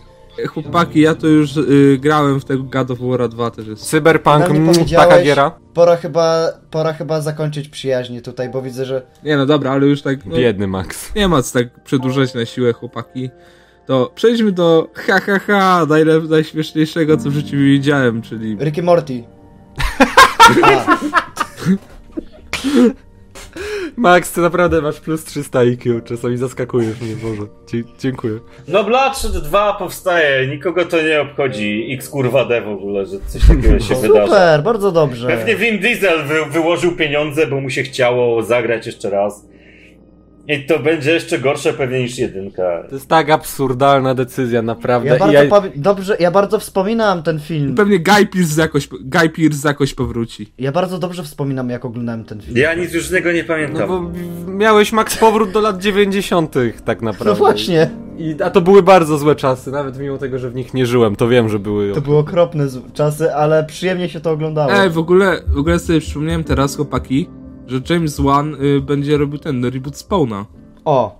A: Chłopaki, ja to już y, grałem w tego God of War 2 też jest.
D: Cyberpunk,
C: Nam nie
D: mm, taka
C: powiedziałeś.
D: giera.
C: Pora chyba, pora chyba zakończyć przyjaźnie tutaj, bo widzę, że
A: Nie no dobra, ale już tak. No,
D: Biedny Max.
A: nie ma co tak przedłużać na siłę chłopaki. to przejdźmy do ha ha ha, najlep- najśmieszniejszego, co w życiu widziałem, czyli...
C: Ricky Morty. A,
D: Max, ty naprawdę masz plus 300 IQ, czasami zaskakujesz mnie, Boże. Dzie- dziękuję.
B: No Bloodshot 2 powstaje, nikogo to nie obchodzi. X kurwa D w ogóle, że coś takiego się wydarzy.
C: super, bardzo dobrze.
B: Pewnie Vin Diesel wy, wyłożył pieniądze, bo mu się chciało zagrać jeszcze raz. I to będzie jeszcze gorsze pewnie niż jedynka.
D: To jest tak absurdalna decyzja, naprawdę.
C: Ja
D: I
C: bardzo,
D: ja-
C: powi- dobrze, ja bardzo wspominałem ten film.
A: Pewnie Guy Pearce jakoś, Guy Pearce jakoś powróci.
C: Ja bardzo dobrze wspominam, jak oglądałem ten film.
B: Ja nic już z niego nie
D: No
B: pamiętam.
D: bo miałeś Max powrót do lat 90. tak naprawdę.
C: No właśnie,
D: I, a to były bardzo złe czasy, nawet mimo tego, że w nich nie żyłem, to wiem, że były.
C: to były okropne z- czasy, ale przyjemnie się to oglądało.
D: E,
A: Ej, E, w ogóle, w ogóle sobie przypomniałem teraz, chłopaki, że James Wan y, będzie robił ten reboot Spawna.
C: O,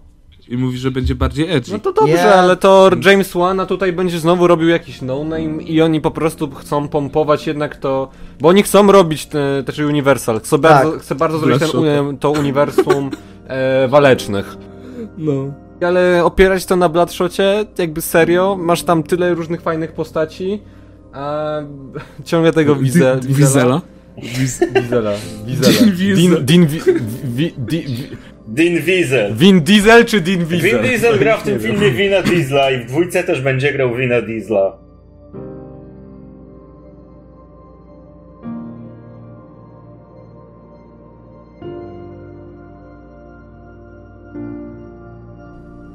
A: I mówi, że będzie bardziej edgy.
D: No to dobrze,
C: Nie.
D: ale to James Wan a tutaj będzie znowu robił jakiś no-name i oni po prostu chcą pompować jednak to, bo oni chcą robić te, znaczy Universal, chce bardzo, chce bardzo zrobić ten,
A: Blaszuta.
D: uni- to uniwersum e, walecznych.
A: No.
D: Ale opierać to na Bloodshocie, jakby serio, masz tam tyle różnych fajnych postaci, a ciągle tego widzę.
A: Di- Wizela?
D: Wizela.
A: Din Diesel.
D: Din, din, wi, wi, di, wi,
B: Din Diesel.
D: Vin Diesel czy Din Diesel?
B: Vin Diesel gra w
D: Nie
B: tym
D: wiem.
B: filmie Wina Diesla i w dwójce też będzie grał Wina Diesla.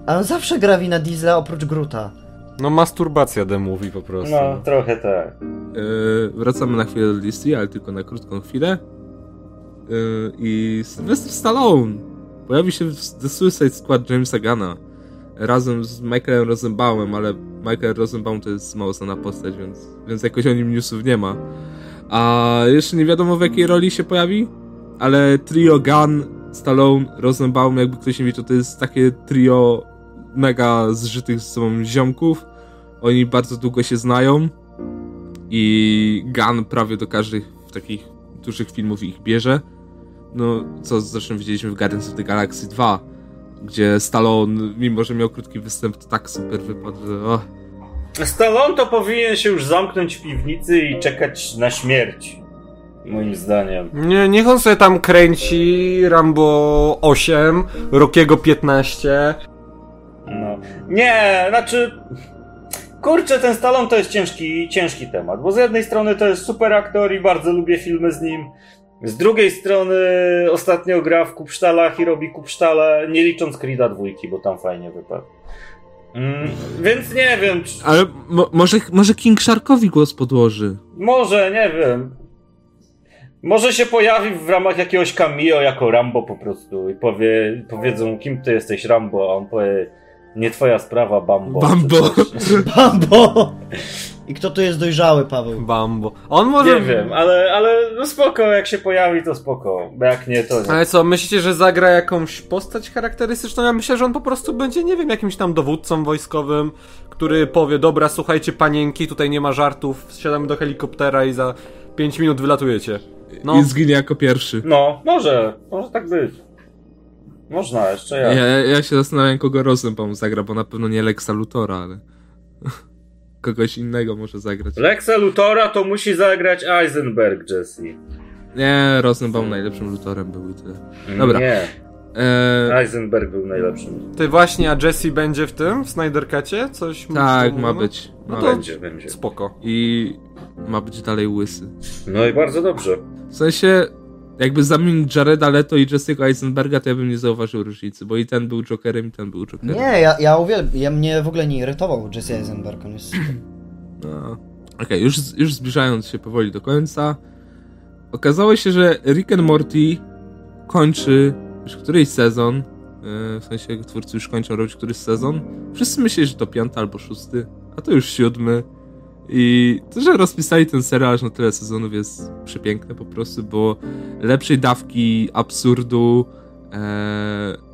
C: a on zawsze gra wina Diesla oprócz Gruta.
D: No masturbacja The Movie po prostu.
B: No, trochę tak.
A: Yy, wracamy na chwilę do DC, ale tylko na krótką chwilę. Yy, I Sylvester Stallone pojawi się w The Suicide Squad Jamesa Gunna razem z Michaelem Rosenbaumem, ale Michael Rosenbaum to jest mało znana postać, więc, więc jakoś o nim newsów nie ma. A jeszcze nie wiadomo w jakiej roli się pojawi, ale trio Gunn, Stallone, Rosenbaum, jakby ktoś nie wiedział, to jest takie trio mega zżytych z sobą ziomków. Oni bardzo długo się znają i Gun prawie do każdych takich dużych filmów ich bierze. No, co zresztą widzieliśmy w Guardians of the Galaxy 2, gdzie Stallone, mimo że miał krótki występ, to tak super wypadł, że och,
B: Stallone to powinien się już zamknąć w piwnicy i czekać na śmierć. Moim zdaniem.
D: Nie, niech on sobie tam kręci Rambo 8, Rokiego 15.
B: No. Nie, znaczy. Kurczę, ten Stallone to jest ciężki, ciężki temat, bo z jednej strony to jest super aktor i bardzo lubię filmy z nim. Z drugiej strony ostatnio gra w Kupsztalach i robi Kupsztale, nie licząc Creed'a dwójki, bo tam fajnie wypadł. Mm, więc nie wiem, czy,
A: Ale mo- może, może King Sharkowi głos podłoży.
B: może, nie wiem. Może się pojawi w ramach jakiegoś cameo jako Rambo po prostu i powie, powiedzą kim ty jesteś Rambo, a on powie nie twoja sprawa, Bambo. czy
A: Bambo.
B: coś.
C: Bambo! I kto tu jest dojrzały, Paweł?
D: Bambo. On może.
B: Nie wiem, ale, ale no spoko, jak się pojawi, to spoko. Bo jak nie, to nie.
D: Ale co, myślicie, że zagra jakąś postać charakterystyczną? Ja myślę, że on po prostu będzie, nie wiem, jakimś tam dowódcą wojskowym, który powie, dobra, słuchajcie panienki, tutaj nie ma żartów, wsiadamy do helikoptera i za 5 minut wylatujecie. No,
A: I zginie jako pierwszy.
B: No, może, może tak być. Można, jeszcze
A: Ja,
B: ja.
A: ja się zastanawiam, kogo Rosenbaum zagra, bo na pewno nie Lexa Lutora, ale... Kogoś innego może zagrać.
B: Lexa Lutora to musi zagrać Eisenberg, Jesse.
A: Nie, Rosenbaum najlepszym Lutorem był i tyle. Dobra.
B: Nie,
A: Eee,
B: Eisenberg był najlepszym.
D: ty właśnie, a Jesse będzie w tym, w Snyder Cutie? Coś?
A: tak, ma
D: mówiono?
A: być. Ma
D: No
A: być.
D: to
B: Będzie, będzie.
D: spoko.
A: i ma być dalej łysy.
B: No i bardzo dobrze.
A: W sensie, jakby zamienił Jareda Leto i Jesse'ego Eisenberga, to ja bym nie zauważył różnicy, bo i ten był Jokerem, i ten był Jokerem.
C: Nie, ja, ja uwielbiam, ja mnie w ogóle nie irytował Jesse Eisenberg, on jest...
A: No. Okej, już, już zbliżając się powoli do końca, okazało się, że Rick and Morty kończy już któryś sezon, yy, w sensie twórcy już kończą robić któryś sezon. Wszyscy myśleli, że to piąty albo szósty, a to już siódmy. I to, że rozpisali ten serial aż na tyle sezonów jest przepiękne po prostu, bo lepszej dawki absurdu, e,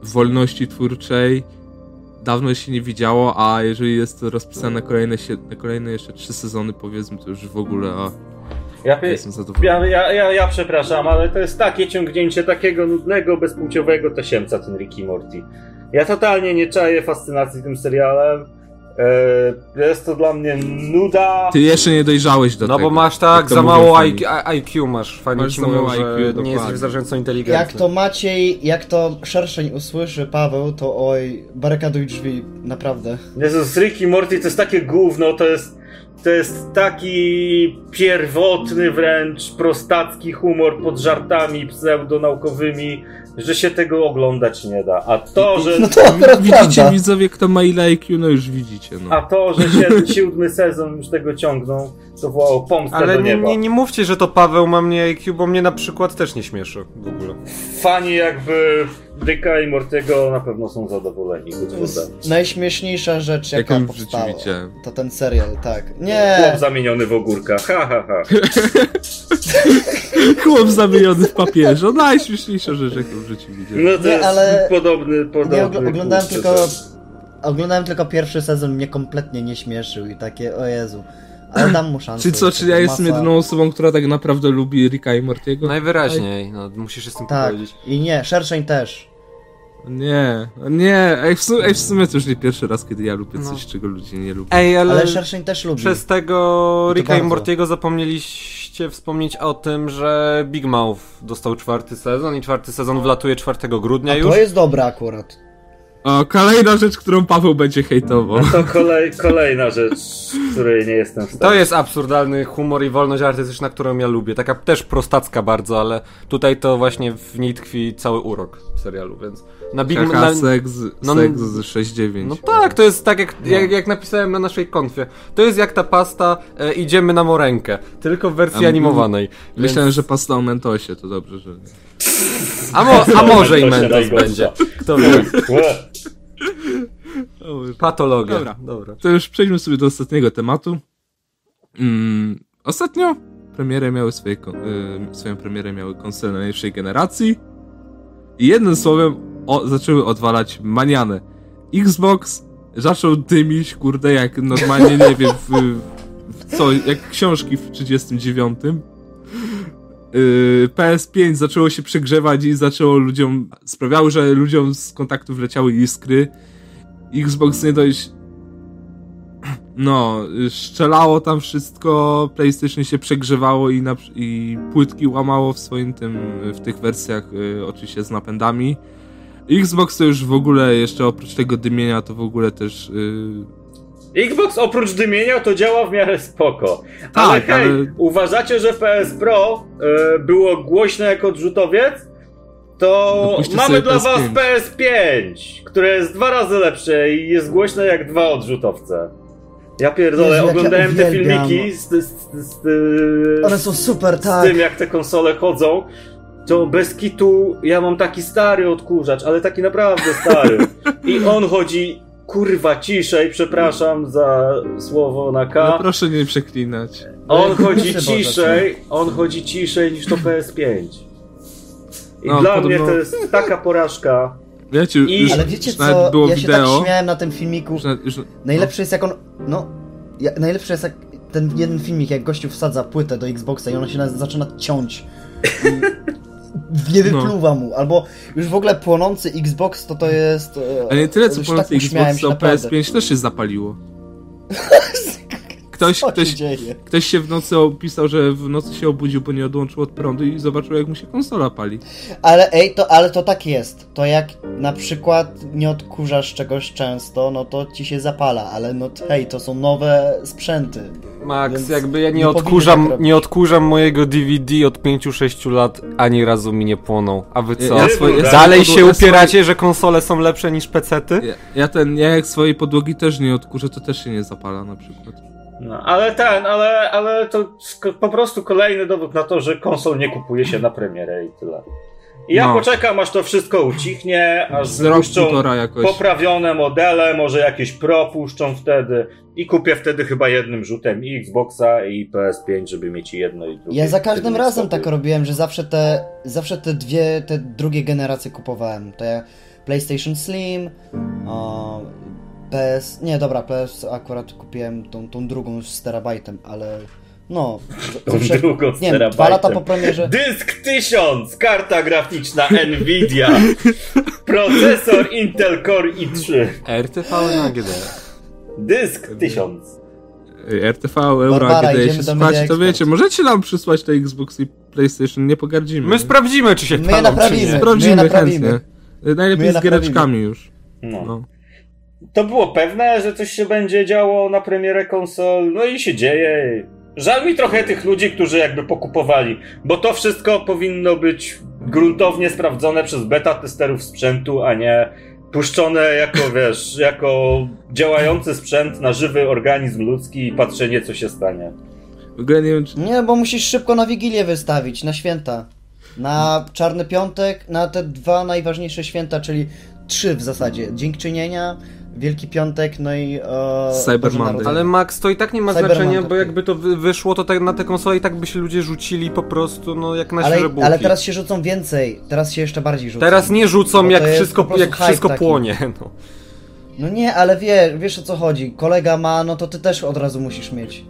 A: wolności twórczej dawno się nie widziało, a jeżeli jest to rozpisane na kolejne, sie- na kolejne jeszcze trzy sezony powiedzmy, to już w ogóle a,
B: Ja, pie...
A: jestem zadowolony.
B: ja, ja, ja, ja przepraszam, ale to jest takie ciągnięcie takiego nudnego, bezpłciowego tasiemca ten Ricky Morty. Ja totalnie nie czaję fascynacji tym serialem. E, jest to dla mnie nuda.
A: Ty jeszcze nie dojrzałeś do
D: No
A: tego.
D: bo masz
A: jak
D: tak,
A: to
D: za
A: mówią
D: mało
A: fani.
D: IQ, IQ masz. Fajnie
A: Masz
D: ci
A: za
D: mówią,
A: mało
D: że
A: IQ, dokładnie.
D: nie jesteś wystarczająco inteligentny.
C: Jak to Maciej, jak to Szerszeń usłyszy Paweł, to oj, barykaduj drzwi, naprawdę.
B: Jezus, Ricky Morty to jest takie gówno, to jest, to jest taki pierwotny wręcz prostacki humor pod żartami pseudonaukowymi, że się tego oglądać nie da. A to, że,
C: No to akurat
A: Widzicie
C: prawda.
A: widzowie, kto ma ile IQ, no już widzicie, no.
B: a to, że się siódmy sezon już tego ciągnął, to wołał pomstę do
D: Ale nie,
B: nieba.
D: nie, nie mówcie, że to Paweł ma mnie IQ, bo mnie na przykład też nie śmieszy w ogóle.
B: Fani jakby Dyka i Mortego na pewno są zadowoleni.
C: To
B: Chłop
C: jest no najśmieszniejsza rzecz, jaka
A: Jaką w życiu
C: powstała.
A: widziałem.
C: To ten serial, tak. Nie,
B: zamieniony w ogórka, ha ha ha.
A: Chłop zamieniony w papierze. No, Najśmieszniejsza rzecz, jaką w życiu widziałem.
B: No to
C: Nie,
B: jest
C: ale-
B: podobny, podobny.
C: nie ogl- oglądałem
B: kurczę,
C: tylko...
B: to-
C: Oglądałem tylko pierwszy sezon, mnie kompletnie nie śmieszył i takie, o Jezu. Ale dam mu szansę.
A: Czy co, czy ja
C: Masa-
A: jestem jedyną osobą, która tak naprawdę lubi Ricka i Mortiego?
D: Najwyraźniej, no musisz się z tym
C: Tak,
D: powiedzieć.
C: i nie, Szerszeń też.
A: No Nie, nie. Ej, w sumie, ej, w sumie to już nie pierwszy raz, kiedy ja lubię
D: No.
A: coś, czego ludzie nie lubią.
D: Ej, ale,
C: Ale Szerszeń też lubi.
D: przez tego
C: To
D: Ricka i
C: bardzo.
D: Mortiego zapomnieliście wspomnieć o tym, że Big Mouth dostał czwarty sezon i czwarty sezon wlatuje 4 grudnia
C: A
D: już.
C: to jest dobre akurat.
A: O, kolejna rzecz, którą Paweł będzie hejtował.
B: To kolej, kolejna rzecz, której nie jestem w stanie.
D: To jest absurdalny humor i wolność artystyczna, którą ja lubię. Taka też prostacka bardzo, ale tutaj to właśnie w niej tkwi cały urok serialu, więc na Big
A: Haha,
D: na...
A: seks,
D: no-
A: seks z 6-9.
D: No tak, to jest tak jak, jak, jak napisałem na naszej konfie. To jest jak ta pasta e, Idziemy na Morenkę, tylko w wersji
A: A,
D: animowanej.
A: Myślałem,
D: więc...
A: że pasta o Mentosie, to dobrze, że nie.
D: A, mo, a może i
B: To się
D: Mentos
B: najgorsza.
D: będzie. Kto wie.
B: Łe.
D: Patologia.
A: Dobra.
D: Dobra.
A: To już przejdźmy sobie do ostatniego tematu. Mm, ostatnio premierę miały swoje, kon- y, swoją premierę miały konsole najnowszej generacji i jednym słowem o, zaczęły odwalać manianę. Xbox zaczął dymić, kurde, jak normalnie, nie wiem, w, w co, jak książki w 39. Yy, PS5 zaczęło się przegrzewać i zaczęło ludziom, sprawiało, że ludziom z kontaktów leciały iskry. Xbox nie dość no, y, szczelało tam wszystko, PlayStation się przegrzewało i, na, i płytki łamało w swoim tym, w tych wersjach y, oczywiście z napędami. Xbox to już w ogóle, jeszcze oprócz tego dymienia, to w ogóle też... Y,
B: Xbox oprócz dymienia to działa w miarę spoko.
A: Tak,
B: ale hej,
A: ale-
B: uważacie, że PS Pro e, było głośne jako odrzutowiec? To
A: Dopuśćcie
B: mamy
A: sobie
B: dla was
A: PS5.
B: PS5, które jest dwa razy lepsze i jest głośne jak dwa odrzutowce. Ja pierdolę,
C: Jezu, jak ja
B: oglądałem te
C: uwielbiam.
B: filmiki z, z, z, z,
C: One są super,
B: z
C: tak.
B: tym, jak te konsole chodzą, to bez kitu ja mam taki stary odkurzacz, ale taki naprawdę stary. I on chodzi kurwa ciszej, przepraszam za słowo na
A: no
B: K.
A: proszę nie przeklinać.
B: On chodzi
C: Proszę Boże,
B: ciszej,
A: no.
B: on chodzi ciszej niż to PS5. I
A: No,
B: dla
A: podobno-
B: mnie to jest taka porażka.
A: Ja ci
B: I-
A: już,
C: Ale wiecie
A: już nawet
C: co,
A: było
C: ja się
A: wideo.
C: tak śmiałem na tym filmiku.
A: już, na- już,
C: Najlepsze jest jak on. No. Ja, najlepsze jest jak ten jeden filmik, jak gościu wsadza płytę do Xboxa i ona się na, zaczyna ciąć. I
A: No.
C: nie wypluwa mu. Albo już w ogóle płonący Xbox to to jest. e,
A: A nie tyle co
C: już
A: ponad
C: uśmiałem
A: Xbox,
C: się
A: to
C: naprawdę.
A: PS5 też się zapaliło. Ktoś,
C: Co się
A: ktoś,
C: dzieje?
A: Ktoś się w nocy opisał, że w nocy się obudził, bo nie odłączył od prądu i zobaczył, jak mu się konsola pali.
C: Ale ej, to, ale to tak jest. To jak na przykład nie odkurzasz czegoś często, no to ci się zapala, ale no hej, to są nowe sprzęty.
D: Max,
C: Więc
D: jakby ja nie,
C: nie powinien
D: odkurzam,
C: tak robić.
D: nie odkurzam mojego DVD od 5-6 lat, ani razu mi nie płonął. A wy co?
B: ja-
D: Dalej się
A: ja
D: upieracie, że konsole są lepsze niż pecety?
A: Swoje, ja, ja ten, ja jak swojej podłogi też nie odkurzę, to też się nie zapala na przykład.
B: No, ale ten, ale, ale to sk- po prostu kolejny dowód na to, że konsol nie kupuje się na premierę i tyle. I ja
A: No.
B: poczekam, aż to wszystko ucichnie, aż
A: Z rok,
B: zniszczą
A: półtora jakoś.
B: poprawione modele, może jakieś pro puszczą wtedy i kupię wtedy chyba jednym rzutem i Xboxa i PS5, żeby mieć i jedno i drugie.
C: Ja za każdym
B: Wtedy
C: razem
B: sobie-
C: tak robiłem, że zawsze te, zawsze te dwie, te drugie generacje kupowałem. Te PlayStation Slim, o, PS... Nie, dobra, PS akurat kupiłem tą, tą drugą z terabajtem, ale no... z-
B: Tą drugą z
C: nie wiem, dwa lata po
B: terabajtem.
C: premierze...
B: Dysk 1000, karta graficzna Nvidia, procesor Intel Core i3.
D: RTV na AGD.
B: Dysk 1000.
A: Ej, RTV, Euro,
C: Barbara,
A: AGD się
C: idziemy do
A: spać, to
C: Media
A: wiecie,
C: Expert.
A: możecie nam przysłać te Xbox i PlayStation, nie pogardzimy.
D: My sprawdzimy, czy się
C: My je
D: palą, czy
C: naprawimy.
D: nie.
A: Sprawdzimy
C: My je naprawimy.
A: chętnie. Y,
C: My je
A: Najlepiej z
C: naprawimy.
A: giereczkami już.
B: No.
A: No.
B: To było pewne, że coś się będzie działo na premierę konsol, no i się dzieje. Żal mi trochę tych ludzi, którzy jakby pokupowali, bo to wszystko powinno być gruntownie sprawdzone przez beta testerów sprzętu, a nie puszczone jako, wiesz, jako działający sprzęt na żywy organizm ludzki i patrzenie, co się stanie.
A: W ogóle nie wiem, czy...
C: Nie, bo musisz szybko na Wigilię wystawić, na święta. Na Czarny Piątek, na te dwa najważniejsze święta, czyli trzy w zasadzie. Dziękczynienia, Wielki Piątek, no i... E,
A: Cyber
C: Boże
A: Monday.
C: Narodzenie.
D: Ale Max, to i tak nie ma
C: Cyberman
D: znaczenia,
C: to
D: bo
C: ty.
D: jakby to wy- wyszło, to tak na te konsole i tak by się ludzie rzucili po prostu, no jak na
C: ale,
D: świeże bułki.
C: ale teraz się rzucą więcej, teraz się jeszcze bardziej rzucą.
D: Teraz nie rzucą,
C: Bo
D: jak
C: to jest
D: wszystko,
C: po prostu
D: jak
C: hype
D: wszystko
C: taki.
D: płonie. No.
C: No nie, ale wie, wiesz o co chodzi. Kolega ma, no to ty też od razu musisz mieć.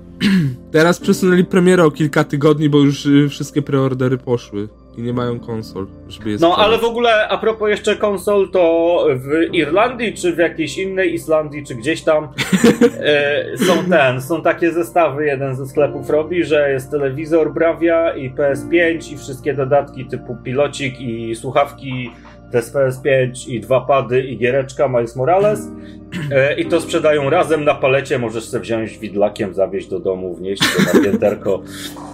A: Teraz przesunęli premierę o kilka tygodni, bo już y, wszystkie preordery poszły. I nie mają konsol, żeby je
B: No
A: sprzedać.
B: ale w ogóle a propos jeszcze konsol, to w Irlandii czy w jakiejś innej Islandii czy gdzieś tam e, są ten, są takie zestawy, jeden ze sklepów robi, że jest telewizor Bravia i PS5 i wszystkie dodatki typu pilocik i słuchawki te z PS5 i dwa pady i giereczka Miles Morales e, i to sprzedają razem na palecie, możesz sobie wziąć widlakiem, zawieźć do domu, wnieść to na pięterko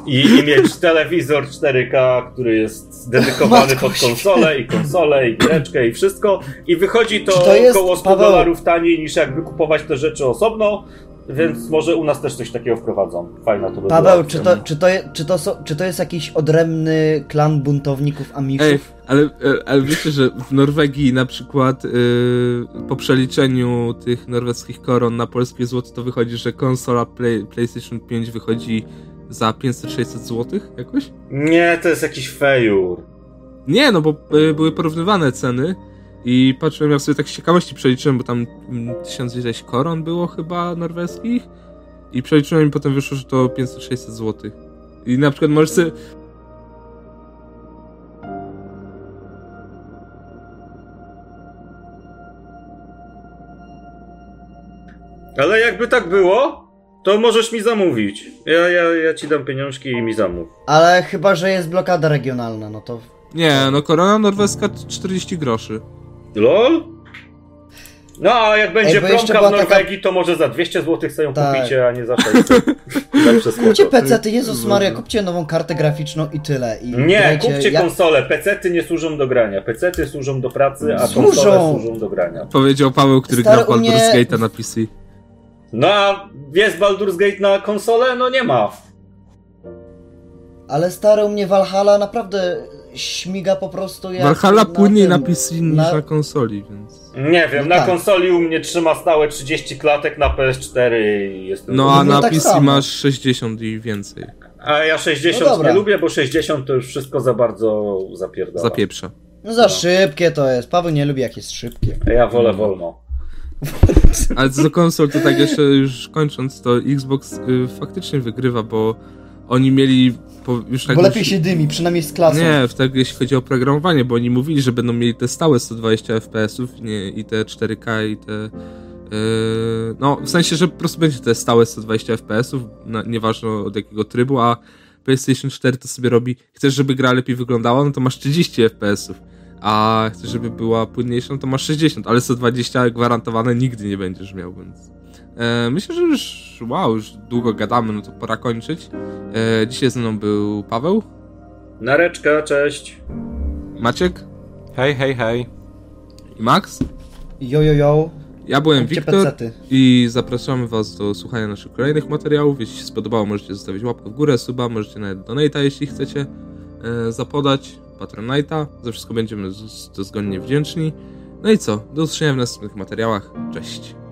B: i, i mieć telewizor 4K, który jest dedykowany
C: Matko
B: pod konsolę i konsolę i giereczkę i wszystko i wychodzi to,
C: Czy to jest,
B: około 100
C: Paweł?
B: dolarów taniej niż jakby kupować te rzeczy osobno, więc może u nas też coś takiego wprowadzą. Fajna to by
C: Paweł,
B: była.
C: czy to, czy, to, je- czy, to, so- czy to jest jakiś odrębny klan buntowników Amishów?
A: Ej, ale, e, ale wiecie, że w Norwegii na przykład y, po przeliczeniu tych norweskich koron na polskie złoto to wychodzi, że konsola play, PlayStation 5 wychodzi za 500-600 zł jakoś?
B: Nie, to jest jakiś fejur.
A: Nie, no bo y, były porównywane ceny i patrzyłem, ja sobie tak z ciekawości przeliczyłem, bo tam mm, 1000 ileś koron było chyba norweskich i przeliczyłem i potem wyszło, że to 500-600 zł. I na przykład możesz sobie...
B: Ale jakby tak było, to możesz mi zamówić. Ja, ja, ja ci dam pieniążki i mi zamów.
C: Ale chyba, że jest blokada regionalna, no to...
A: Nie, no korona norweska 40 groszy.
B: LOL? No, a jak będzie
C: Ej, bo jeszcze
B: promka w
C: była taka-
B: Norwegii, to może za 200 zł sobie ją
C: Tak.
B: kupicie, a nie za 600. Lepsze spoko.
C: Kupcie PC, ty Jezus Maria, kupcie nową kartę graficzną i tyle. I
B: Nie,
C: grajcie
B: kupcie
C: jak-
B: konsole. PC-ty nie służą do grania. PC-ty służą do pracy, a
C: Służą.
B: konsole służą do grania.
A: Powiedział Paweł, który
C: Stary,
A: grał w
C: u mnie-
A: Baldur's Gate'a na PC.
B: No a jest Baldur's Gate na konsolę? No nie ma.
C: Ale stary u mnie Valhalla naprawdę śmiga po prostu jak...
A: Valhalla płynniej No, na
C: tym-
A: PC niż
C: na-
A: na konsoli, więc...
B: Nie wiem,
C: No
B: na
C: tak.
B: konsoli u mnie trzyma stałe 30 klatek, na PS4 jestem...
A: No a
C: No
A: na
C: tak
A: PC
C: samo.
A: masz 60 i więcej.
B: A ja 60
C: No dobra.
B: nie lubię, bo 60 to już wszystko za bardzo zapierdala.
A: Zapieprza.
C: No za szybkie to jest. Paweł nie lubi jak jest szybkie.
B: Ja wolę wolno.
A: Ale co do konsol, to tak jeszcze już kończąc, to Xbox y, faktycznie wygrywa, bo oni mieli po, już tak...
C: Bo
A: już-
C: lepiej się dymi, przynajmniej z klasą.
A: Nie, w tak, jeśli chodzi o programowanie, bo oni mówili, że będą mieli te stałe 120 FPS-ów nie, i te 4K i te... y, no, w sensie, że po prostu będzie te stałe 120 FPS-ów, na- nieważne od jakiego trybu, a PlayStation 4 to sobie robi, chcesz, żeby gra lepiej wyglądała, no to masz 30 FPS-ów, a chcesz, żeby była płynniejsza, no to masz 60, ale 120 gwarantowane nigdy nie będziesz miał, więc... E, myślę, że już, wow, już długo gadamy, no to pora kończyć. E, dzisiaj ze mną był Paweł,
B: Nareczka, cześć.
A: Maciek,
D: Hej, hej, hej.
A: i Max.
C: Jo, jo, jo.
A: Ja byłem
C: Kupcie
A: Wiktor
C: pecety.
A: i zapraszamy Was do słuchania naszych kolejnych materiałów. Jeśli się spodobało, możecie zostawić łapkę w górę, suba, możecie nawet donate'a, jeśli chcecie e, zapodać, patronite'a. Za wszystko będziemy z- z- dozgonnie wdzięczni. No i co? Do usłyszenia w następnych materiałach. Cześć!